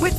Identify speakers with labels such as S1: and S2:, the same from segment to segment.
S1: With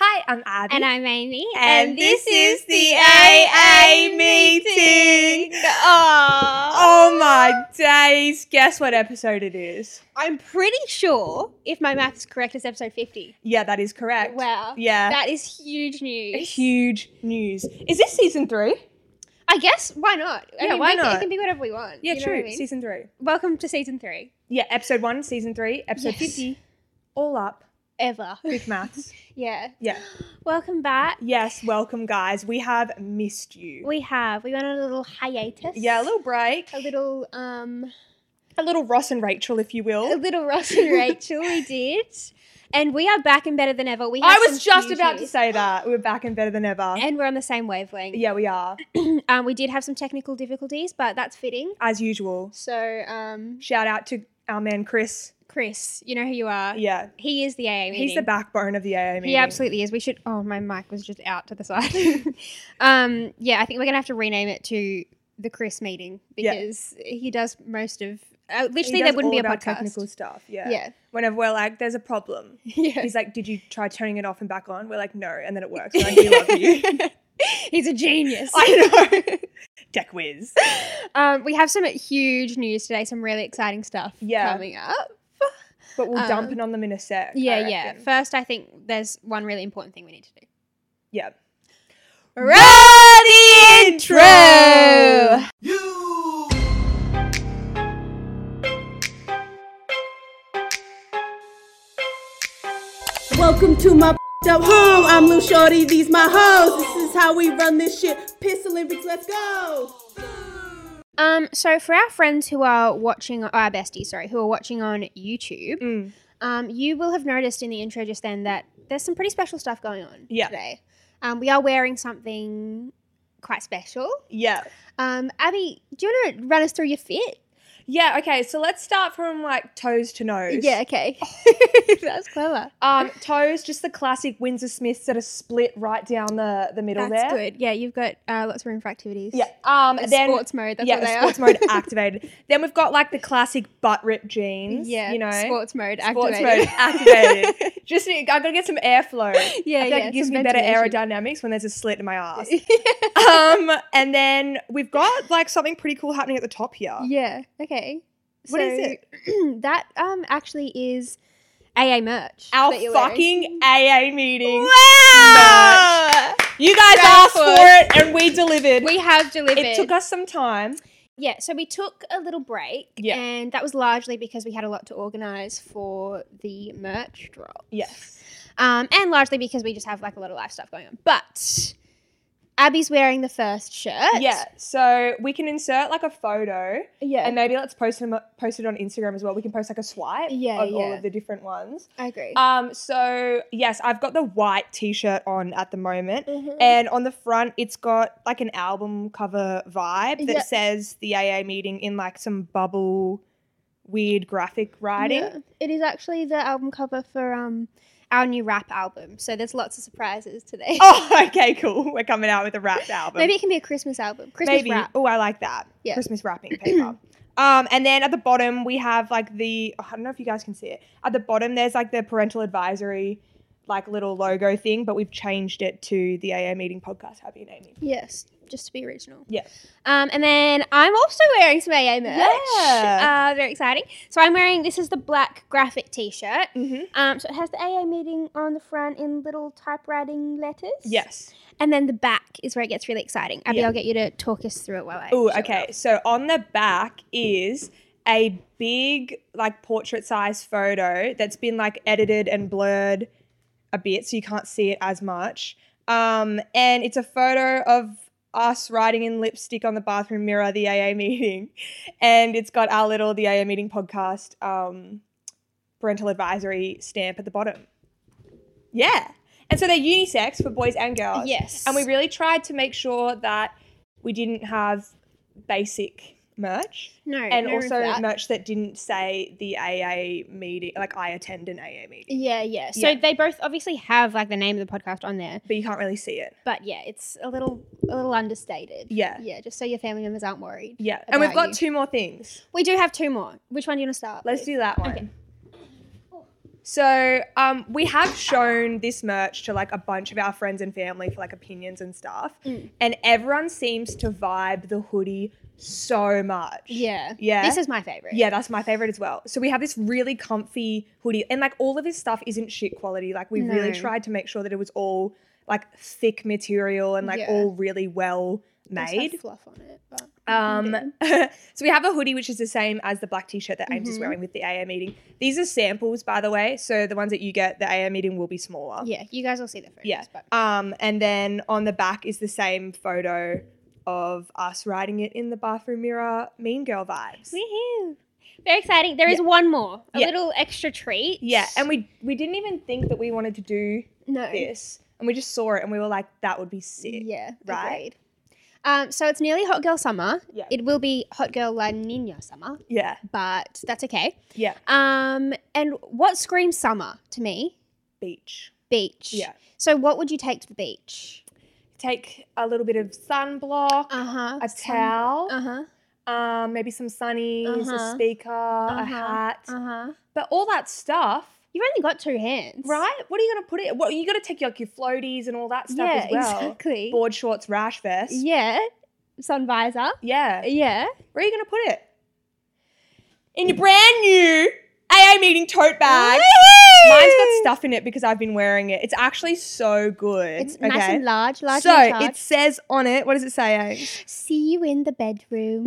S2: Hi, I'm Abby.
S3: And I'm Amy.
S2: And this is the AA meeting.
S3: Oh.
S2: Oh my days. Guess what episode it is?
S3: I'm pretty sure, if my math is correct, it's episode 50.
S2: Yeah, that is correct.
S3: Wow.
S2: Yeah.
S3: That is huge news.
S2: Huge news. Is this season three?
S3: I guess, why not? I
S2: Yeah,
S3: mean,
S2: why
S3: we-
S2: not?
S3: It can be whatever we want.
S2: Yeah,
S3: you know
S2: true.
S3: what I mean?
S2: Season three.
S3: Welcome to season three.
S2: Yeah, episode one, season three, episode
S3: Yes.
S2: 50. All up.
S3: Ever.
S2: Quick maths.
S3: yeah.
S2: yeah.
S3: Welcome back.
S2: Yes, welcome, guys. We have missed you.
S3: We have, we went on a little hiatus.
S2: yeah, a little break.
S3: A little, um,
S2: A little Ross and Rachel, if you
S3: a
S2: will.
S3: little Ross and Rachel, we did. And we are back and better than ever. We
S2: I
S3: have
S2: was
S3: some
S2: just
S3: huge
S2: about to
S3: news.
S2: say that. We're back and better than ever.
S3: And we're on the same wavelength.
S2: yeah, we are,
S3: um, we did have some technical difficulties, but that's fitting.
S2: as usual.
S3: So, um,
S2: Shout out to our man Chris.
S3: Chris, you know who you are.
S2: Yeah.
S3: He is the AA meeting.
S2: He's the backbone of the AA meeting.
S3: He absolutely is. We should. Oh, my mic was just out to the side. um, yeah, I think we're gonna have to rename it to the Chris meeting
S2: Yeah.
S3: because he does most of.
S2: He
S3: Uh, literally,
S2: does
S3: there wouldn't
S2: all
S3: be a
S2: of our
S3: podcast.
S2: technical stuff. Yeah.
S3: Yeah.
S2: Whenever we're like, there's a problem.
S3: Yeah.
S2: He's like, did you try turning it off and back on? We're like, no, and then it works. And I do love you.
S3: He's a genius.
S2: I know. Tech whiz.
S3: um, we have some huge news today. Some really exciting stuff
S2: Yeah.
S3: coming up.
S2: But we'll
S3: Um,
S2: dump it on them in a sec. I
S3: Yeah, yeah.
S2: reckon.
S3: First, I think there's one really important thing we need to do.
S2: yeah.
S3: Ready
S2: intro!
S4: Welcome to my up home. I'm Lil Shorty. These my hoes. This is how we run this shit. Piss Olympics. Let's go.
S3: Um, so for our friends who are watching, or our besties, sorry, who are watching on YouTube,
S2: Mm.
S3: um, you will have noticed in the intro just then that there's some pretty special stuff going on
S2: Yeah.
S3: today. Um, we are wearing something quite special.
S2: Yeah.
S3: Um, Abby, do you want to run us through your fit?
S2: Yeah, okay, so let's start from like toes to nose.
S3: Yeah, okay. That's clever.
S2: Um, toes, just the classic Windsor Smiths that are split right down the, the middle
S3: That's
S2: there.
S3: good. Yeah, you've got uh, lots of room for activities.
S2: Yeah. Um,
S3: A
S2: then
S3: sports mode. That's
S2: yeah,
S3: what they
S2: the sports
S3: are.
S2: mode activated. Then we've got like the classic butt rip jeans.
S3: Yeah,
S2: you know,
S3: sports mode
S2: sports
S3: activated.
S2: mode activated. Just I gotta get some airflow.
S3: Yeah,
S2: I feel like
S3: yeah,
S2: it gives
S3: some
S2: me better
S3: ventilation.
S2: aerodynamics when there's a slit in my ass. um, and then we've got like something pretty cool happening at the top here.
S3: Yeah. Okay.
S2: Ah. What is
S3: it? that um actually is AA merch.
S2: Our
S3: that you're wearing.
S2: fucking AA meeting.
S3: wow.
S2: You guys
S3: Round
S2: asked for
S3: four.
S2: it and we delivered.
S3: We have delivered.
S2: it took us some time.
S3: yeah, so we took a little break,
S2: Yeah.
S3: and that was largely because we had a lot to organise for the merch drop,
S2: Yes.
S3: um, and largely because we just have like a lot of life stuff going on. But Abby's wearing the first shirt.
S2: Yeah. So we can insert like a photo.
S3: yeah,
S2: And maybe let's post them, post it on Instagram as well. We can post like a swipe
S3: Yeah,
S2: on all
S3: yeah.
S2: of the different ones.
S3: I agree.
S2: Um, so yes, I've got the white T-shirt on at the moment,
S3: Mm-hmm.
S2: and on the front it's got like an album cover vibe that
S3: Yeah.
S2: says the AA meeting in like some bubble, weird graphic writing.
S3: Yeah. It is actually the album cover for um our new rap album. So there's lots of surprises today.
S2: Oh, okay, cool. We're coming out with a rap album.
S3: Maybe it can be a Christmas album. Christmas
S2: Maybe.
S3: rap.
S2: Oh, I like that.
S3: Yeah.
S2: Christmas wrapping paper. um, and then at the bottom we have like the oh, I don't know if you guys can see it. At the bottom there's like the parental advisory like little logo thing, but we've changed it to the AA meeting podcast. Happy and Amy.
S3: Yes, just to be original.
S2: Yeah.
S3: Um, and then I'm also wearing some AA merch.
S2: Yeah.
S3: Uh, very exciting. So I'm wearing this is the black graphic T-shirt.
S2: Mm-hmm.
S3: Um, so it has the AA meeting on the front in little typewriting letters.
S2: Yes.
S3: And then the back is where it gets really exciting. Abby,
S2: Yeah.
S3: I'll get you to talk us through it while I.
S2: Oh,
S3: show it
S2: okay.
S3: off.
S2: So on the back is a big like portrait size photo that's been like edited and blurred a bit so you can't see it as much. Um, and it's a photo of us writing in lipstick on the bathroom mirror, the AA meeting, and it's got our little the AA meeting podcast um, parental advisory stamp at the bottom. Yeah, and so they're unisex for boys and girls.
S3: Yes.
S2: and we really tried to make sure that we didn't have basic merch
S3: No.
S2: and
S3: no room for
S2: also
S3: that.
S2: merch that didn't say the AA meeting, like I attend an AA meeting,
S3: Yeah, yeah. So
S2: Yeah.
S3: they both obviously have like the name of the podcast on there,
S2: but you can't really see it.
S3: but yeah, it's a little a little understated.
S2: Yeah.
S3: Yeah, just so your family members aren't worried.
S2: Yeah, and we've
S3: About
S2: got
S3: you.
S2: two more things.
S3: We do have two more. Which one do you want to start?
S2: Let's
S3: with?
S2: do that one.
S3: Okay.
S2: So um, we have shown this merch to like a bunch of our friends and family for like opinions and stuff,
S3: Mm.
S2: and everyone seems to vibe the hoodie so much.
S3: Yeah.
S2: Yeah.
S3: This is my favorite.
S2: Yeah, that's my favorite as well. So we have this really comfy hoodie, and like all of this stuff isn't shit quality. Like we really
S3: No.
S2: tried to make sure that it was all like thick material and like
S3: Yeah.
S2: all really well
S3: Does have
S2: made.
S3: fluff on it. But
S2: Um, so we have a hoodie which is the same as the black t-shirt that
S3: Mm-hmm.
S2: Ames is wearing with the AM meeting. These are samples, by the way. So the ones that you get, the AM meeting will be smaller.
S3: yeah, you guys will see the photos.
S2: Yeah.
S3: But
S2: Um, and then on the back is the same photo of us riding it in the bathroom mirror, mean girl vibes.
S3: Woohoo. Very exciting. There is one more. A
S2: Yeah.
S3: little extra treat.
S2: Yeah, and we we didn't even think that we wanted to do
S3: no.
S2: this, and we just saw it and we were like, that would be sick.
S3: Yeah.
S2: right?
S3: Right. Um, so it's nearly hot girl summer.
S2: Yeah.
S3: It will be hot girl La Nina summer,
S2: Yeah,
S3: but that's okay.
S2: yeah.
S3: Um, and what screams summer to me?
S2: Beach.
S3: Beach.
S2: Yeah.
S3: So what would you take to the beach?
S2: Take a little bit of sunblock,
S3: Uh huh.
S2: a towel.
S3: Uh huh.
S2: um, maybe some sunnies, a
S3: Uh-huh.
S2: speaker, a
S3: Uh-huh.
S2: hat,
S3: Uh huh.
S2: but all that stuff,
S3: You've only got two hands,
S2: right? What are you gonna put it? Well, you gotta take like your floaties and all that stuff
S3: yeah,
S2: as well.
S3: exactly.
S2: Board shorts, rash vest.
S3: Yeah. Sun visor.
S2: Yeah.
S3: Yeah.
S2: Where are you gonna put it? In your brand new AA meeting tote bag. Mine's got stuff in it because I've been wearing it. It's actually so good.
S3: It's nice and large, large
S2: so
S3: and large.
S2: it says on it, what does it say? Ames?
S3: See you in the bedroom.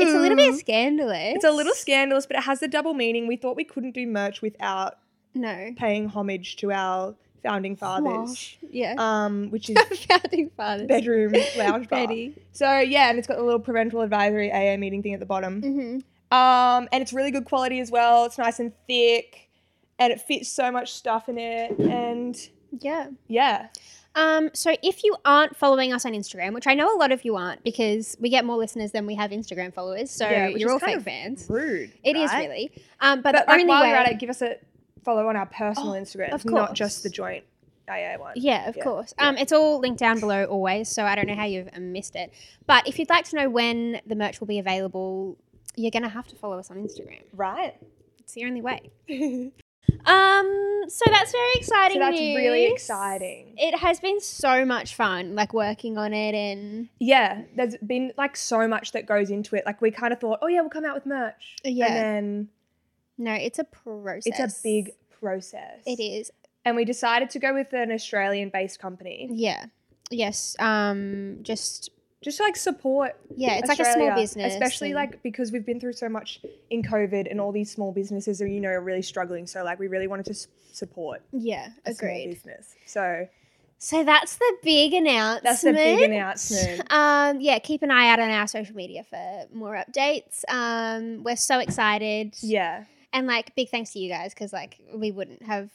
S3: It's a little bit scandalous.
S2: Mm. It's a little scandalous, but it has the double meaning. We thought we couldn't do merch without
S3: no.
S2: paying homage to our founding fathers,
S3: Wash. Yeah.
S2: um, which is
S3: Founding fathers.
S2: bedroom lounge bar.
S3: Betty.
S2: So yeah, and it's got the little parental advisory AA meeting thing at the bottom.
S3: Mm-hmm.
S2: Um, and it's really good quality as well. It's nice and thick, and it fits so much stuff in it. And
S3: Yeah.
S2: yeah,
S3: Um, so if you aren't following us on Instagram, which I know a lot of you aren't because we get more listeners than we have Instagram followers, so
S2: Yeah, which
S3: you're
S2: is
S3: all
S2: kind
S3: fake
S2: of
S3: fans.
S2: rude.
S3: It is
S2: right?
S3: really. Um, but,
S2: But
S3: the
S2: like
S3: only
S2: while
S3: way,
S2: you're at it, give us a follow on our personal Instagrams,
S3: Oh, of
S2: not
S3: course.
S2: just the joint AA one.
S3: Yeah, of
S2: Yeah,
S3: course. Um, it's all linked down below always, so I don't know how you've missed it. But if you'd like to know when the merch will be available, you're gonna have to follow us on Instagram.
S2: Right.
S3: It's the only way. um, so that's very exciting.
S2: So that's really
S3: news.
S2: exciting.
S3: It has been so much fun, like working on it, and
S2: Yeah, there's been like so much that goes into it. Like we kind of thought, oh yeah, we'll come out with merch.
S3: Uh, Yeah.
S2: And then
S3: no, it's a process.
S2: it's a big process.
S3: It is.
S2: And we decided to go with an Australian based company
S3: Yeah. Yes. Um. Just
S2: just to like support.
S3: yeah. It's like a
S2: Australia,
S3: small business,
S2: Especially
S3: and-
S2: like because we've been through so much in COVID and all these small businesses are, you know, really struggling. So like we really wanted to s- support
S3: yeah.
S2: a small
S3: Agreed.
S2: business. So
S3: So that's the big announcement.
S2: that's the big announcement.
S3: Um, yeah, keep an eye out on our social media for more updates. Um, we're so excited.
S2: Yeah.
S3: And like, big thanks to you guys because like we wouldn't have.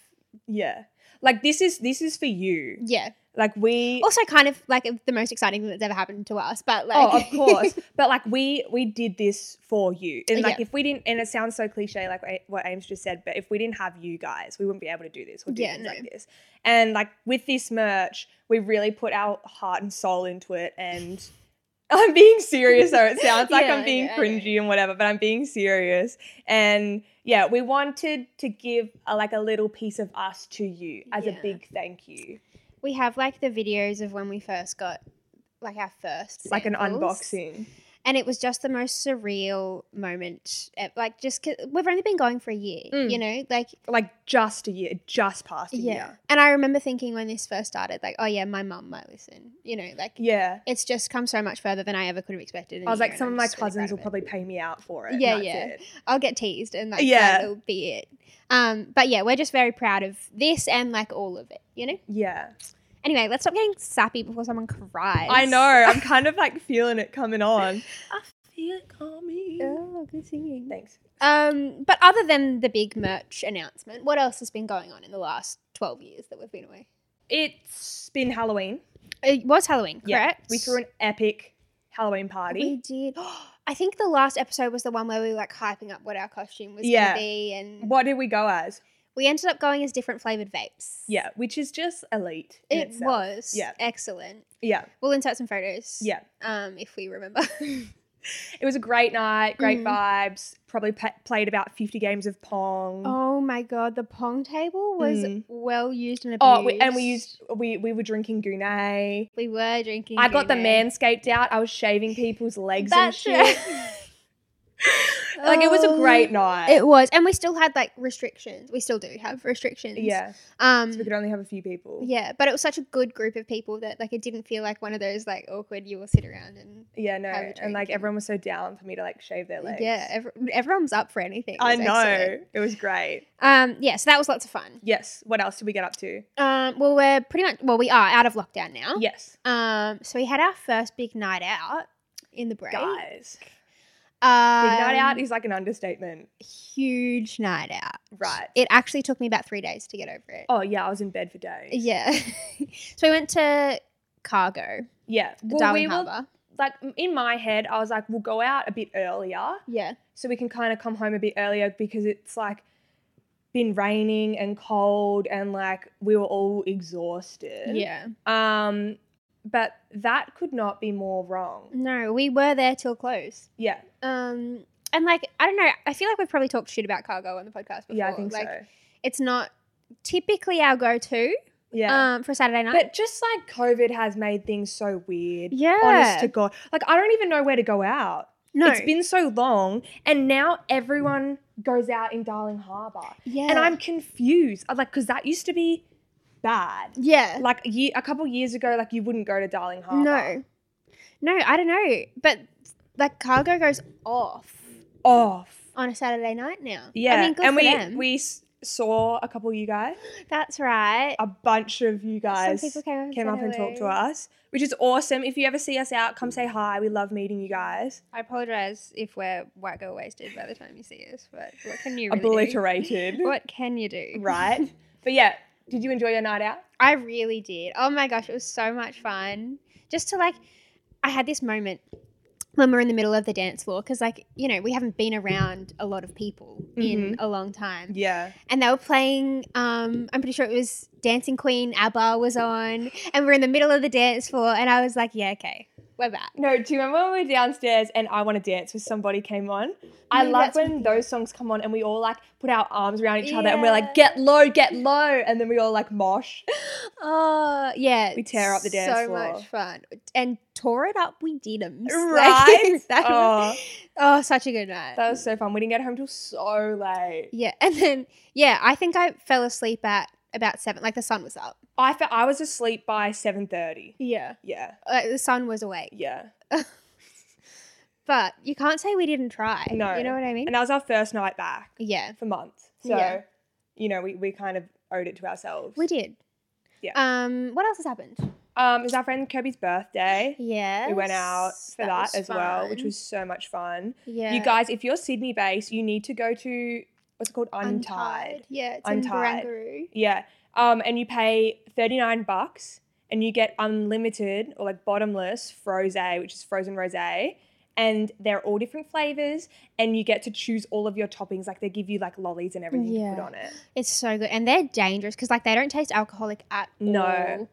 S2: Yeah. Like this is this is for you.
S3: Yeah.
S2: Like we
S3: Also, kind of like the most exciting thing that's ever happened to us. But like,
S2: Oh, of course. but like we we did this for you, and like
S3: Yeah.
S2: if we didn't, and it sounds so cliche, like I- what Ames just said, but if we didn't have you guys, we wouldn't be able to do this or do
S3: Yeah,
S2: things
S3: no.
S2: like this. And like with this merch, we really put our heart and soul into it. And I'm being serious, though. It sounds like
S3: Yeah,
S2: I'm
S3: I
S2: being
S3: know, I know.
S2: cringy and whatever, but I'm being serious. And yeah, we wanted to give a, like a little piece of us to you as
S3: Yeah.
S2: a big thank you,
S3: we have like the videos of when we first got like our first
S2: like an
S3: samples.
S2: unboxing.
S3: and it was just the most surreal moment. eh, Like, just we we've only been going for a year,
S2: Mm.
S3: you know, like
S2: Like just a year, just past a
S3: yeah.
S2: year.
S3: And I remember thinking when this first started, like, oh yeah, my mum might listen, you know, like
S2: Yeah.
S3: it's just come so much further than I ever could have expected. in
S2: I
S3: a
S2: was
S3: year,
S2: like,
S3: and
S2: some of
S3: I'm
S2: my
S3: just really
S2: cousins
S3: proud
S2: will
S3: of it.
S2: probably pay me out for it. and
S3: Yeah,
S2: that's
S3: yeah.
S2: it.
S3: I'll get teased, and like
S2: Yeah.
S3: that'll be it. Um, but yeah, we're just very proud of this and like all of it, you know.
S2: yeah.
S3: Anyway, let's stop getting sappy before someone cries.
S2: I know. I'm kind of like feeling it coming on.
S3: Oh, good singing.
S2: Thanks.
S3: Um, but other than the big merch announcement, what else has been going on in the last 12 years that we've been away?
S2: It's been Halloween.
S3: It was Halloween, correct?
S2: We threw an epic Halloween party.
S3: We did. I think the last episode was the one where we were like hyping up what our costume was
S2: Yeah.
S3: going to be, and
S2: what did we go as?
S3: we ended up going as different flavored vapes.
S2: Yeah, which is just elite. in
S3: It
S2: itself.
S3: was
S2: Yeah.
S3: excellent.
S2: Yeah.
S3: We'll insert some photos.
S2: Yeah.
S3: Um, if we remember.
S2: It was a great night, great
S3: Mm.
S2: vibes. Probably pa- played about 50 games of Pong.
S3: oh my god, the pong table was
S2: Mm.
S3: well used and abused.
S2: Oh, we, and we used we we were drinking Goonay.
S3: We were drinking.
S2: I got the
S3: Goonay.
S2: manscaped out. I was shaving people's legs
S3: That's
S2: and
S3: right.
S2: shit. like it was a
S3: Oh,
S2: great night.
S3: It was, and we still had like restrictions. We still do have restrictions.
S2: yeah,
S3: Um.
S2: we could only have a few people.
S3: Yeah, but it was such a good group of people that like it didn't feel like one of those like awkward. You will sit around and
S2: yeah, no,
S3: have a
S2: and like
S3: drink.
S2: everyone was so down for me to like shave their legs.
S3: yeah, ev- everyone's up for anything. It
S2: I
S3: was
S2: know
S3: excellent.
S2: it was great.
S3: Um. Yeah, so that was lots of fun.
S2: Yes. What else did we get up to?
S3: Um. Well, we're pretty much well, we are out of lockdown now.
S2: Yes,
S3: Um. So we had our first big night out in the break.
S2: guys.
S3: Um,
S2: Big night out is like an understatement,
S3: huge night out.
S2: right?
S3: It actually took me about three days to get over it.
S2: Oh yeah, I was in bed for days.
S3: Yeah. so we went to Cargo,
S2: yeah. Well,
S3: Darwin
S2: we were
S3: Harbour.
S2: like in my head, I was like, we'll go out a bit earlier
S3: Yeah.
S2: so we can kind of come home a bit earlier because it's like been raining and cold and like we were all exhausted.
S3: Yeah.
S2: Um, but that could not be more wrong.
S3: No, we were there till close.
S2: Yeah.
S3: Um, and like I don't know, I feel like we've probably talked shit about Cargo on the podcast before.
S2: Yeah, I think
S3: like,
S2: so.
S3: It's not typically our go-to
S2: Yeah.
S3: um for Saturday night.
S2: but just like COVID has made things so weird.
S3: yeah,
S2: Honest to God. Like I don't even know where to go out.
S3: no, Mm.
S2: It's been so long and now everyone goes out in Darling Harbour.
S3: yeah,
S2: And I'm confused. I'm like, cause that used to be bad.
S3: yeah,
S2: Like a, year, a couple years ago, like you wouldn't go to Darling Harbour.
S3: no, no, I don't know, but like Cargo goes off
S2: Off.
S3: on a Saturday night now.
S2: Oh, Yeah.
S3: I mean, good
S2: and
S3: for
S2: we
S3: them.
S2: we s- saw a couple of you guys.
S3: That's right.
S2: A bunch of you guys.
S3: Some people came up and,
S2: came
S3: said
S2: up and talked to
S3: hello.
S2: us, which is awesome. If you ever see us out, come say hi. We love meeting you guys.
S3: I apologize if we're white girl wasted by the time you see us, but what can you really do?
S2: Obliterated.
S3: What can you do?
S2: right. But yeah, did you enjoy your night out?
S3: I really did. Oh my gosh, it was so much fun. Just to like, I had this moment when we're in the middle of the dance floor because, like, you know, we haven't been around a lot of people in a long time.
S2: Yeah.
S3: And they were playing, um, I'm pretty sure it was Dancing Queen, ABBA was on, and we're in the middle of the dance floor. And I was like, yeah, okay, we're back.
S2: No, do you remember when we were downstairs and I Wanna Dance with Somebody came on? I
S3: No,
S2: love
S3: that's when-
S2: when those songs come on and we all like put our arms around each other and we're like, get low, get low. And then we all like mosh.
S3: Oh, yeah.
S2: We tear up the dance
S3: so
S2: floor.
S3: much fun. And tore it up, we did 'em.
S2: Right?
S3: that was-
S2: oh,
S3: oh, such a good night.
S2: that was so fun. We didn't get home till so late.
S3: Yeah, and then yeah, I think I fell asleep at about seven. Like the sun was up.
S2: I felt I was asleep by 7.30.
S3: Yeah,
S2: Yeah.
S3: like the sun was awake.
S2: Yeah.
S3: But you can't say we didn't try.
S2: No.
S3: you know what I mean.
S2: And that was our first night back
S3: yeah,
S2: for months. So,
S3: Yeah.
S2: you know, we, we kind of owed it to ourselves.
S3: we did.
S2: Yeah.
S3: Um, what else has happened?
S2: Um, it was our friend Kirby's birthday.
S3: Yeah,
S2: We went out for that, as well, which was so much fun.
S3: yeah.
S2: You guys, if you're Sydney based, you need to go to what's it called? Untied.
S3: Yeah, it's
S2: Untied.
S3: in Barangaroo.
S2: Yeah. Um, and you pay 39 bucks and you get unlimited or like bottomless rose, which is frozen rose. And they're all different flavors, and you get to choose all of your toppings. Like they give you like lollies and everything to put
S3: Yeah.
S2: on it.
S3: It's so good, and they're dangerous because like they don't taste alcoholic at
S2: No.
S3: all.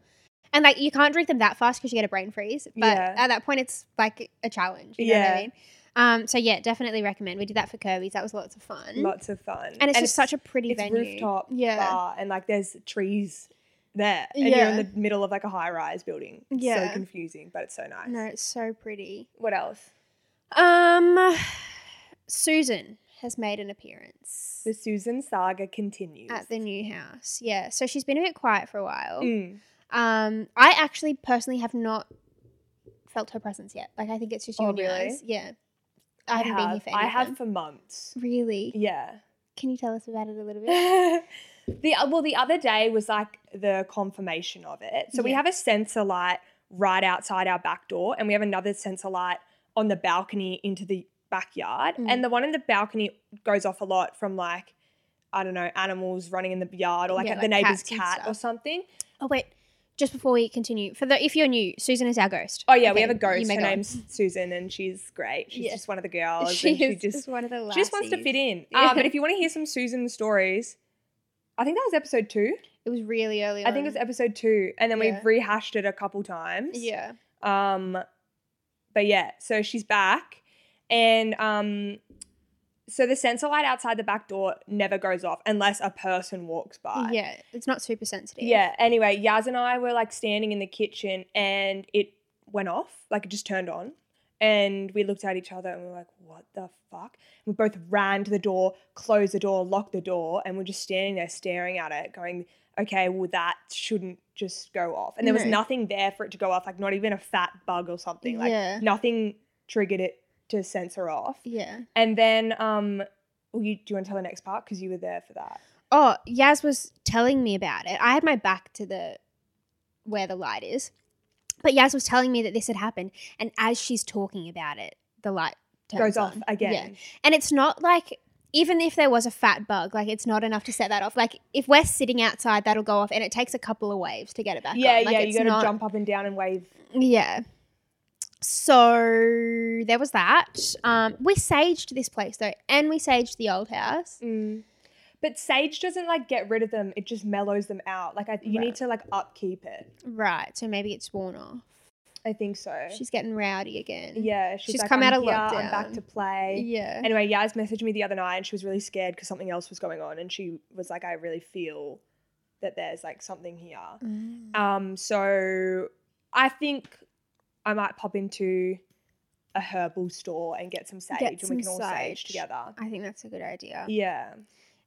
S3: And like you can't drink them that fast because you get a brain freeze. But
S2: Yeah.
S3: at that point, it's like a challenge. You know what
S2: Yeah.
S3: I mean? Um, so yeah, definitely recommend. We did that for Kirby's. That was lots of fun.
S2: Lots of fun.
S3: Mm. and it's just such a pretty
S2: it's
S3: venue.
S2: rooftop
S3: Yeah.
S2: bar, and like there's trees there, and you're in
S3: Yeah.
S2: the middle of like a high rise building. It's
S3: Yeah.
S2: so confusing, but it's so nice.
S3: No, it's so pretty.
S2: What else?
S3: Um, Susan has made an appearance
S2: The Susan saga continues.
S3: at the new house. Yeah, so she's been a bit quiet for a while.
S2: Mm.
S3: Um, I actually personally have not felt her presence yet. Like I think it's just you
S2: Oh,
S3: and
S2: really?
S3: yours. Yeah, I haven't been here for.
S2: I
S3: any of
S2: have
S3: them.
S2: for months.
S3: Really?
S2: Yeah.
S3: Can you tell us about it a little bit?
S2: so The well, the other day was like the confirmation of it. So we have a sensor light right outside our back door, and we have another sensor light on the balcony into the backyard.
S3: Mm.
S2: And the one in the balcony goes off a lot from like I don't know animals running in the yard or like
S3: Yeah,
S2: the
S3: like
S2: neighbor's
S3: cats and
S2: cat or
S3: stuff.
S2: something.
S3: Oh wait, just before we continue, for the if you're new, Susan is our ghost.
S2: Oh yeah, we
S3: Okay,
S2: have a
S3: you
S2: ghost.
S3: may
S2: Her
S3: go on.
S2: name's Susan, and she's great. She's
S3: Yeah.
S2: just one of the girls.
S3: She
S2: and she
S3: is
S2: just
S3: just one of the
S2: she just wants to
S3: lassies.
S2: fit in.
S3: Yeah.
S2: Um, but if you want to hear some Susan stories, I think that was episode two.
S3: It was really early.
S2: I think it was
S3: on.
S2: episode two, and then
S3: Yeah.
S2: we've rehashed it a couple times.
S3: yeah.
S2: Um, but yeah, so she's back, and um, so the sensor light outside the back door never goes off unless a person walks by.
S3: Yeah, it's not super sensitive.
S2: Yeah. Anyway, Yaz and I were like standing in the kitchen and it went off, like it just turned on. And we looked at each other and we were like, what the fuck? And we both ran to the door, closed the door, locked the door, and we're just standing there staring at it, going, okay, well, that shouldn't just go off. And there was
S3: No.
S2: nothing there for it to go off, like not even a fat bug or something. Like
S3: Yeah.
S2: nothing triggered it to censor off.
S3: Yeah.
S2: And then, um, well, you, do you want to tell the next part? Because you were there for that.
S3: Oh, Yaz was telling me about it. I had my back to the where the light is. But Yaz was telling me that this had happened and as she's talking about it, the light turns
S2: Goes off
S3: on.
S2: again.
S3: Yeah. And it's not like even if there was a fat bug, like it's not enough to set that off. Like if we're sitting outside, that'll go off and it takes a couple of waves to get it back
S2: Yeah,
S3: on. Like,
S2: yeah, you
S3: it's
S2: got to
S3: not-
S2: jump up and down and wave.
S3: Yeah. So there was that. Um, we saged this place though, and we saged the old house.
S2: Mm. But sage doesn't like get rid of them; it just mellows them out. Like I, you need to like upkeep it.
S3: Right. So maybe it's worn off.
S2: I think so.
S3: She's getting rowdy again.
S2: yeah, she's,
S3: she's
S2: like,
S3: come
S2: "I'm
S3: out of
S2: here, I'm back
S3: lockdown."
S2: to play.
S3: Yeah.
S2: Anyway, Yaz messaged me the other night, and she was really scared because something else was going on, and she was like, "I really feel that there's like something here."
S3: Mm.
S2: Um, so I think I might pop into a herbal store and get some sage, and
S3: some
S2: we can all sage
S3: sage.
S2: together.
S3: I think that's a good idea.
S2: Yeah.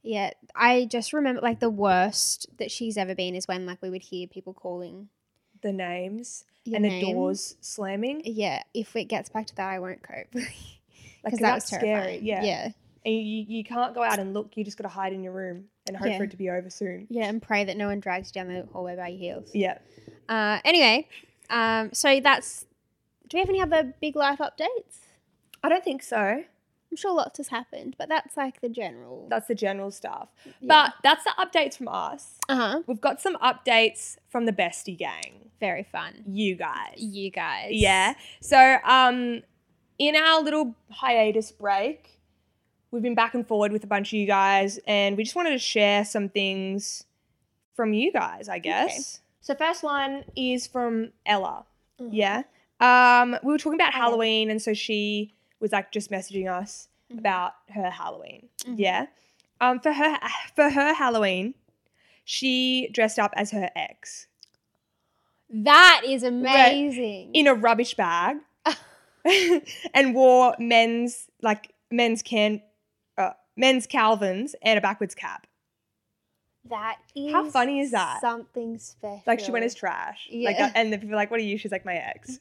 S3: Yeah. I just remember like the worst that she's ever been is when like we would hear people calling
S2: The names
S3: your
S2: and
S3: name.
S2: the doors slamming.
S3: Yeah. If it gets back to that, I won't cope. Because
S2: Like, 'cause
S3: that was
S2: that's scary.
S3: terrifying.
S2: Yeah.
S3: Yeah.
S2: And you- you, you can't go out and look. You just got to hide in your room and hope
S3: Yeah.
S2: for it to be over soon.
S3: Yeah. And pray that no one drags you down the hallway by your heels.
S2: Yeah.
S3: Uh, anyway, um, so that's. Do we have any other big life updates?
S2: I don't think so.
S3: I'm sure lots has happened, but that's like the general.
S2: That's the general stuff.
S3: Yeah.
S2: But that's the updates from us.
S3: Uh huh.
S2: We've got some updates from the bestie gang.
S3: Very fun.
S2: You guys.
S3: You guys.
S2: Yeah. So, um, in our little hiatus break, we've been back and forward with a bunch of you guys, and we just wanted to share some things from you guys, I guess. Mm-hmm. So, first one is from Ella. Yeah. Um, we were talking about Halloween, and so she was like just messaging us about her Halloween. Yeah. Um, for her for her Halloween, she dressed up as her ex
S3: That is amazing.
S2: in a rubbish bag and wore men's like men's can uh, men's calvins and a backwards cap.
S3: that is.
S2: How funny is that?
S3: Something special.
S2: Like she went as trash. Like
S3: Yeah.
S2: that- and the people were like, "What are you?" She's like, "My ex."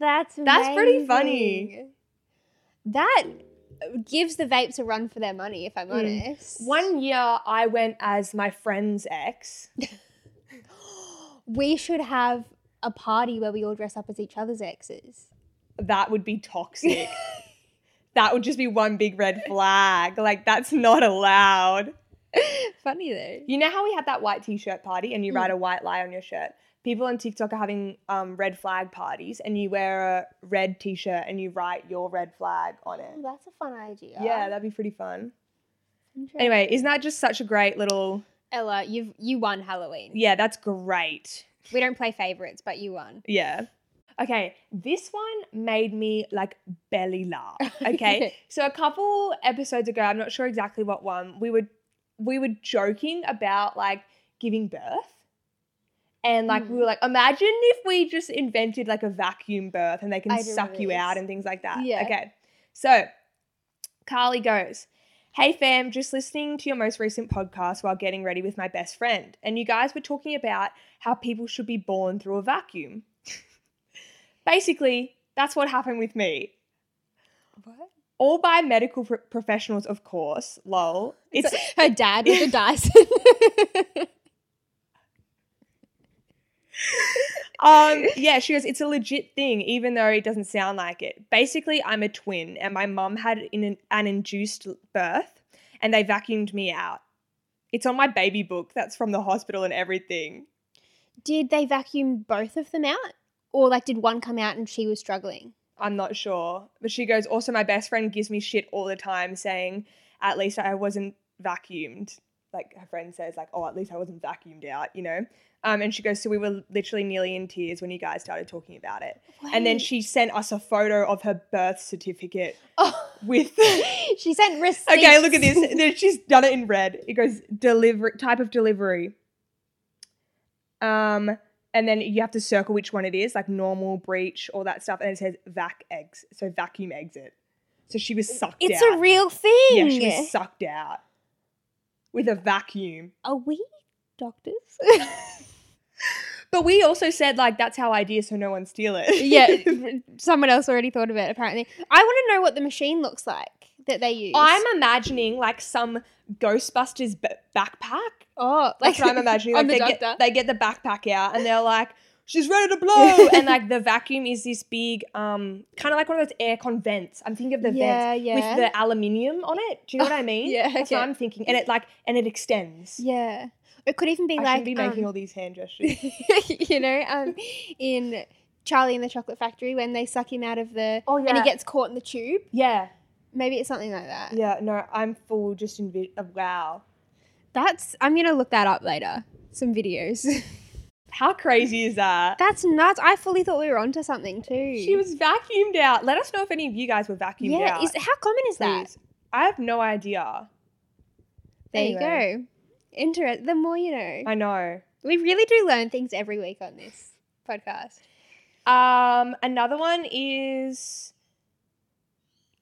S3: That's
S2: That's pretty
S3: amazing. That gives the vapes a run for their money, if I'm honest.
S2: Mm. One year I went as my friend's ex.
S3: We should have a party where we all dress up as each other's exes.
S2: That would be toxic. that would just be one big red flag. Like that's not allowed.
S3: Funny though.
S2: You know how we had that white t-shirt party and you write a white lie on your shirt? People on TikTok are having um, red flag parties and you wear a red t-shirt and you write your red flag on it.
S3: That's a fun idea.
S2: Yeah, that'd be pretty fun. Anyway, isn't that just such a great little
S3: Ella, you've you won Halloween.
S2: Yeah, that's great.
S3: We don't play favorites, but you won.
S2: Yeah. Okay, this one made me like belly laugh. Okay. so a couple episodes ago, I'm not sure exactly what one, we were we were joking about like giving birth. And like
S3: Hmm.
S2: we were like, imagine if we just invented like a vacuum birth and they can
S3: I do
S2: suck you
S3: remember
S2: out
S3: this.
S2: and things like that.
S3: Yeah.
S2: Okay. So Carly goes, Hey fam, just listening to your most recent podcast while getting ready with my best friend, and you guys were talking about how people should be born through a vacuum. Basically, that's what happened with me.
S3: What?
S2: all by medical pro- professionals, of course. Lol. It's
S3: Her dad with the Dyson.
S2: um yeah she goes it's a legit thing even though it doesn't sound like it basically i'm a twin and my mum had in an, an induced birth and they vacuumed me out it's on my baby book that's from the hospital and everything
S3: did they vacuum both of them out? Or like did one come out and she was struggling?
S2: i'm not sure but she goes also my best friend gives me shit all the time saying at least i wasn't vacuumed like her friend says like oh at least i wasn't vacuumed out you know um, and she goes so we were literally nearly in tears when you guys started talking about it and then
S3: Wait.
S2: she sent us a photo of her birth certificate
S3: Oh,
S2: with
S3: she sent receipts.
S2: okay look at this There- she's done it in red it goes delivery type of delivery um and then you have to circle which one it is like normal breach all that stuff and it says vac eggs so vacuum exit so she was sucked
S3: It's
S2: out
S3: a real thing.
S2: yeah she was sucked out with a vacuum
S3: Are we doctors?
S2: but we also said like that's our idea so no one steal it
S3: yeah, someone else already thought of it apparently. I want to know what the machine looks like that they use.
S2: i'm imagining like some ghostbusters b- backpack
S3: oh,
S2: That's what I'm imagining. Like
S3: I'm
S2: they,
S3: the
S2: get,
S3: doctor.
S2: they get the backpack out and they're like, she's ready to blow. and like the vacuum is this big, um, kind of like one of those aircon vents. I'm thinking of the
S3: Yeah,
S2: vents
S3: yeah.
S2: with the aluminium on it. Do you know what I mean?
S3: yeah,
S2: That's what
S3: okay.
S2: I'm thinking. And it like, and it extends.
S3: yeah. It could even be
S2: I
S3: like
S2: should be making
S3: um,
S2: all these hand gestures.
S3: you know, um, in Charlie and the Chocolate Factory when they suck him out of the
S2: Oh,
S3: and he
S2: yeah.
S3: gets caught in the tube.
S2: yeah,
S3: Maybe it's something like that.
S2: yeah. No, I'm full. Just in uh, wow.
S3: That's I'm gonna look that up later. Some videos.
S2: How crazy is that?
S3: That's nuts. I fully thought we were onto something too.
S2: She was vacuumed out. Let us know if any of you guys were vacuumed
S3: yeah.
S2: out.
S3: Is how common is that?
S2: Please. I have no idea.
S3: There
S2: Anyway.
S3: you go. Interest. The more you know.
S2: I know.
S3: We really do learn things every week on this podcast.
S2: Um, another one is.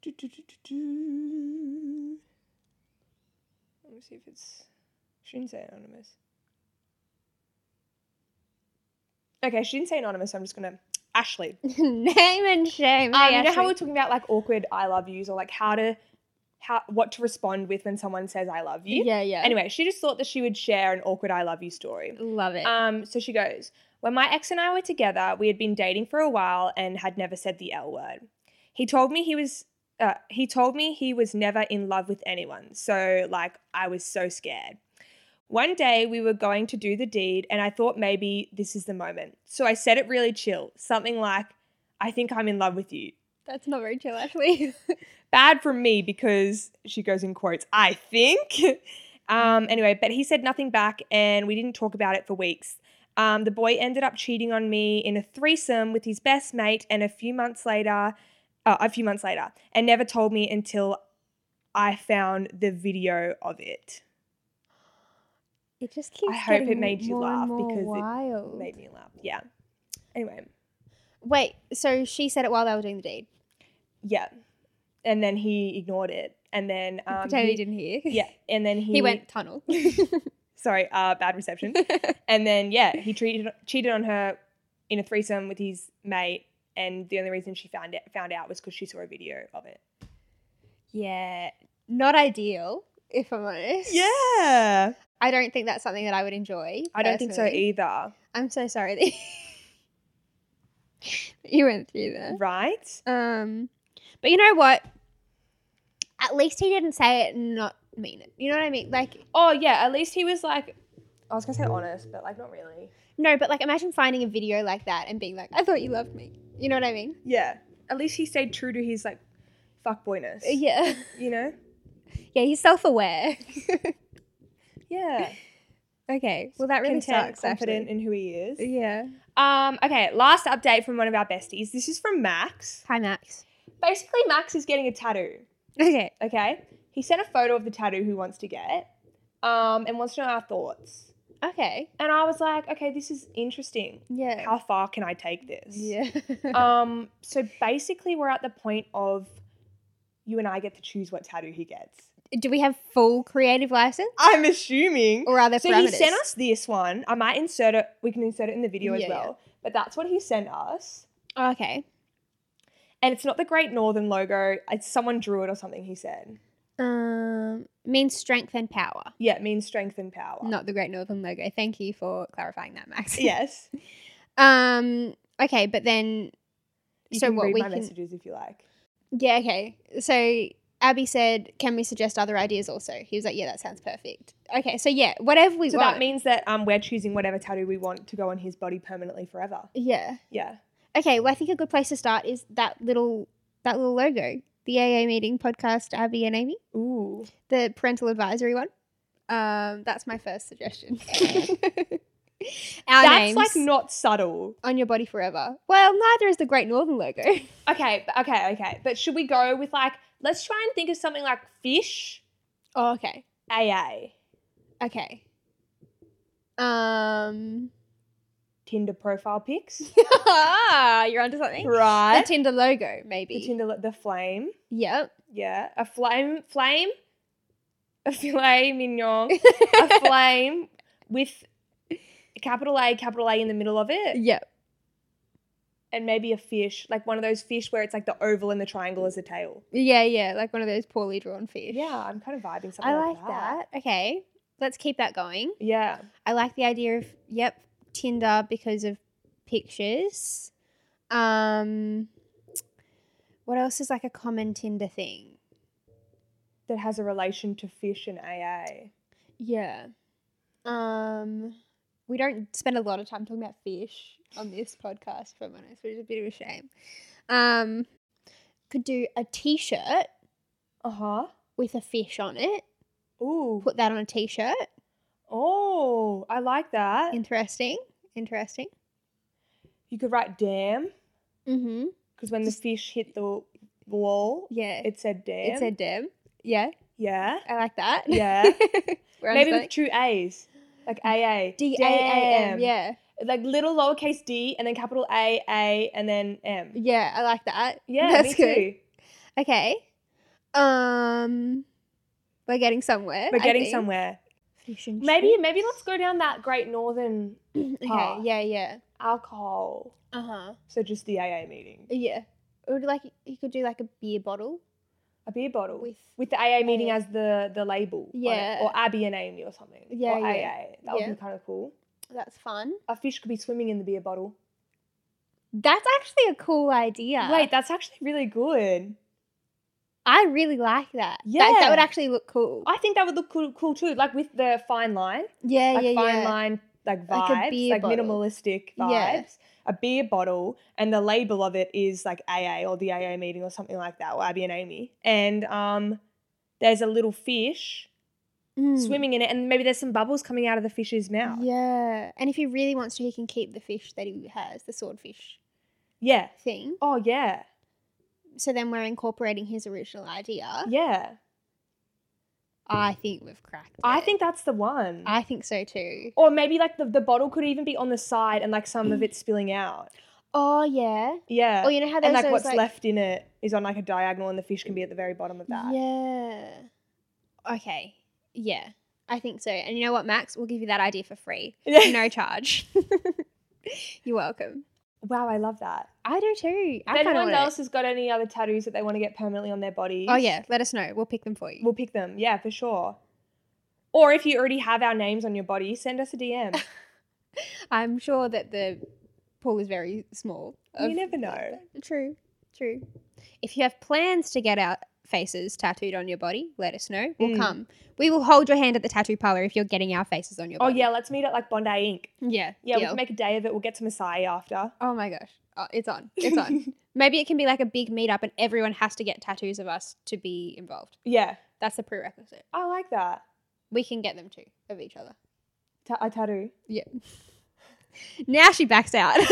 S2: Do, do, do, do, do. Let me see if it's. Shouldn't say anonymous. Okay, she didn't say anonymous, so I'm just gonna. Ashley.
S3: Name and shame.
S2: Um,
S3: Hey,
S2: you know how
S3: Ashley.
S2: we're talking about like awkward I love yous or like how to. How, what to respond with when someone says I love you.
S3: Yeah, yeah.
S2: Anyway, she just thought that she would share an awkward I love you story.
S3: Love it.
S2: Um, so she goes, When my ex and I were together, we had been dating for a while and had never said the L word. He told me he was uh, he told me he was never in love with anyone, so like I was so scared. One day we were going to do the deed, and I thought maybe this is the moment. So I said it really chill, something like, I think I'm in love with you.
S3: That's not very chill, Ashley.
S2: Bad for me because she goes in quotes, I think. um, anyway, but he said nothing back and we didn't talk about it for weeks. Um, the boy ended up cheating on me in a threesome with his best mate, and a few months later, uh, a few months later, and never told me until I found the video of it.
S3: it just keeps.
S2: I hope it
S3: getting
S2: made you
S3: more and
S2: laugh
S3: more
S2: because
S3: wild.
S2: it made me laugh. Yeah. Anyway,
S3: Wait, so she said it while they were doing the deed.
S2: yeah. And then he ignored it, and then um,
S3: Pretend he didn't hear.
S2: Yeah, and then he,
S3: He went tunnel.
S2: sorry, uh, bad reception. and then yeah, he treated, cheated on her in a threesome with his mate, and the only reason she found it found out was because she saw a video of it.
S3: yeah. Not ideal, if I'm honest.
S2: Yeah,
S3: I don't think that's something that I would enjoy.
S2: I don't think so
S3: personally.
S2: either.
S3: I'm so sorry that you went through that.
S2: Right?
S3: Um, but you know what? At least he didn't say it and not mean it. You know what I mean? Like,
S2: Oh yeah, at least he was like, I was gonna say honest, but like not really.
S3: no, but like, imagine finding a video like that and being like, I thought you loved me. You know what I mean?
S2: Yeah, at least he stayed true to his like fuckboyness.
S3: Yeah.
S2: you know.
S3: Yeah, he's self aware.
S2: Yeah,
S3: okay. Well, that really
S2: content,
S3: sucks.
S2: confident uh,
S3: actually.
S2: in who he is.
S3: yeah.
S2: Um. Okay. Last update from one of our besties. This is from Max.
S3: Hi, Max.
S2: Basically, Max is getting a tattoo.
S3: Okay.
S2: Okay. He sent a photo of the tattoo he wants to get um, and wants to know our thoughts.
S3: Okay.
S2: And I was like, okay, this is interesting.
S3: Yeah.
S2: How far can I take this?
S3: yeah.
S2: Um, so basically, we're at the point of you and I get to choose what tattoo he gets.
S3: Do we have full creative license?
S2: I'm assuming.
S3: Or are there
S2: so
S3: parameters?
S2: he sent us this one. I might insert it. We can insert it in the video
S3: Yeah,
S2: as
S3: yeah.
S2: well. But that's what he sent us.
S3: Okay.
S2: And it's not the Great Northern logo. It's someone drew it or something. He said,
S3: Um, means strength and power,
S2: "Yeah, it means strength and power."
S3: not the Great Northern logo. Thank you for clarifying that, Max.
S2: Yes.
S3: Um. Okay, but then
S2: You
S3: So
S2: can
S3: what
S2: read
S3: we
S2: my
S3: can-
S2: messages if you like.
S3: Yeah, okay. So Abby said, "Can we suggest other ideas?" Also, he was like, "Yeah, that sounds perfect." Okay, so yeah, whatever we
S2: So
S3: want.
S2: that means that um, we're choosing whatever tattoo we want to go on his body permanently forever.
S3: yeah.
S2: Yeah.
S3: Okay, well, I think a good place to start is that little that little logo, the AA meeting podcast, Abby and Amy,
S2: Ooh.
S3: the parental advisory one. Um, that's my first suggestion. Our
S2: That's like
S3: names
S2: not subtle.
S3: on your body forever. Well, neither is the Great Northern logo.
S2: Okay, but- okay, okay. But should we go with like, let's try and think of something like fish
S3: oh, okay.
S2: AA,
S3: Okay. Um.
S2: Tinder profile pics,
S3: you're onto something.
S2: right?
S3: The Tinder logo, maybe.
S2: The Tinder, the flame,
S3: Yep.
S2: yeah, a flame, flame, a filet mignon, a flame with a capital A, capital A in the middle of it,
S3: Yep.
S2: and maybe a fish, like one of those fish where it's like the oval and the triangle is the tail.
S3: Yeah, yeah. Like one of those poorly drawn fish.
S2: Yeah, I'm kind of vibing something
S3: I
S2: like,
S3: like that. Okay. Let's keep that going.
S2: Yeah,
S3: I like the idea of, yep, Tinder because of pictures. Um, what else is like a common Tinder thing?
S2: that has a relation to fish and AA.
S3: Yeah. Um, we don't spend a lot of time talking about fish on this podcast, if I'm honest, which is a bit of a shame. Um, could do a t shirt
S2: Uh huh.
S3: with a fish on it.
S2: Ooh.
S3: Put that on a t shirt.
S2: Oh, I like that.
S3: Interesting. Interesting.
S2: You could write damn
S3: Mm-hmm.
S2: because when the fish hit the wall,
S3: Yeah.
S2: it said damn.
S3: It said dem. Yeah.
S2: yeah.
S3: I like that.
S2: Yeah.
S3: We're
S2: Maybe
S3: Maybe
S2: with two A's, like AA.
S3: D A A
S2: Damn.
S3: M. Yeah.
S2: Like little lowercase d and then capital A, A, and then M.
S3: Yeah. I like that.
S2: Yeah,
S3: That's
S2: me
S3: good.
S2: too.
S3: Okay. Um, we're getting somewhere.
S2: We're
S3: I
S2: getting
S3: think.
S2: somewhere.
S3: Fish and
S2: Maybe,
S3: chips.
S2: maybe let's go down that Great Northern
S3: okay.
S2: path.
S3: Yeah. Yeah.
S2: alcohol.
S3: Uh huh.
S2: So just the AA meeting,
S3: Yeah. Or like you could do like a beer bottle
S2: a beer bottle with,
S3: with.
S2: the AA meeting
S3: AA.
S2: as the the label. on it,
S3: Yeah.
S2: or Abby and Amy or something.
S3: Yeah,
S2: or
S3: yeah.
S2: AA. That would
S3: Yeah.
S2: be kind of cool.
S3: That's fun.
S2: a fish could be swimming in the beer bottle.
S3: That's actually a cool idea.
S2: Wait, that's actually really good.
S3: I really like that. Yeah. That,
S2: Yeah.
S3: would actually look cool.
S2: I think that would look cool, cool too, like with the fine line,
S3: yeah.
S2: like
S3: yeah.
S2: fine
S3: yeah.
S2: line, like
S3: Like a
S2: vibes, like,
S3: beer bottle.
S2: minimalistic vibes.
S3: Yeah.
S2: A beer bottle, and the label of it is like AA or the AA meeting or something like that, or Abby and Amy. And um, there's a little fish
S3: Mm.
S2: swimming in it, and maybe there's some bubbles coming out of the fish's mouth.
S3: Yeah. And if he really wants to, he can keep the fish that he has, the swordfish
S2: yeah.
S3: thing.
S2: Oh yeah.
S3: So then we're incorporating his original idea.
S2: Yeah.
S3: I think we've cracked.
S2: I
S3: it.
S2: think that's the one.
S3: I think so too.
S2: or maybe like the, the bottle could even be on the side and like some of it spilling out.
S3: Oh yeah.
S2: Yeah.
S3: Oh, you know how there's
S2: and like
S3: those,
S2: what's
S3: like-
S2: left in it is on like a diagonal, and the fish can be at the very bottom of that.
S3: Yeah. Okay. Yeah. I think so. And you know what, Max? We'll give you that idea for free.
S2: Yeah.
S3: No charge. You're welcome.
S2: Wow, I love that.
S3: I do too. I
S2: If
S3: kinda
S2: anyone
S3: want it.
S2: else has got any other tattoos that they want to get permanently on their body,
S3: Oh yeah. Let us know. We'll pick them for you.
S2: we'll pick them. Yeah, for sure. Or if you already have our names on your body, send us a DM.
S3: I'm sure that the pool is very small.
S2: you
S3: of-
S2: never know.
S3: True, true. If you have plans to get our faces tattooed on your body, let us know. We'll
S2: Mm.
S3: come. We will hold your hand at the tattoo parlor if you're getting our faces on your
S2: Oh
S3: body.
S2: yeah, let's meet at like Bondi Inc.
S3: Yeah.
S2: Yeah, we
S3: deal.
S2: can make a day of it. We'll get some acai after.
S3: oh my gosh. Oh, it's on. It's on. Maybe it can be like a big meetup and everyone has to get tattoos of us to be involved.
S2: Yeah,
S3: That's the prerequisite.
S2: I like that.
S3: We can get them too of each other.
S2: Ta- a tattoo.
S3: Yeah. now she backs out.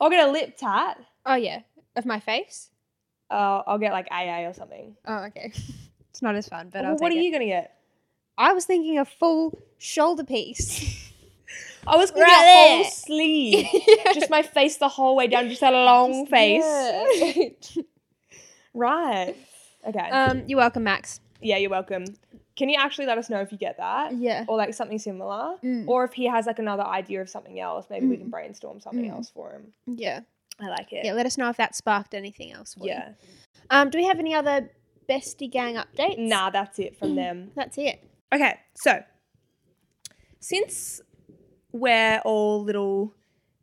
S2: I'll get a lip tat.
S3: oh yeah. Of my face?
S2: Uh, I'll get like AA or something.
S3: Oh, okay. It's not as fun, but
S2: Well,
S3: I'll
S2: what are
S3: take it.
S2: you gonna get?
S3: I was thinking a full shoulder piece.
S2: I was gonna
S3: Right
S2: get a whole
S3: there.
S2: sleeve, just my face the whole way down, just a long face.
S3: Yeah.
S2: Right. Okay.
S3: um, you're welcome, Max.
S2: yeah, you're welcome. Can you actually let us know if you get that?
S3: Yeah.
S2: Or like something similar,
S3: Mm.
S2: or if he has like another idea of something else, maybe we can brainstorm something
S3: Mm.
S2: else for him.
S3: Yeah.
S2: I like it.
S3: Yeah, let us know if that sparked anything else. for you.
S2: Yeah.
S3: Um, do we have any other bestie gang updates?
S2: Nah, that's it
S3: Mm.
S2: from them.
S3: That's it.
S2: Okay, so since we're all little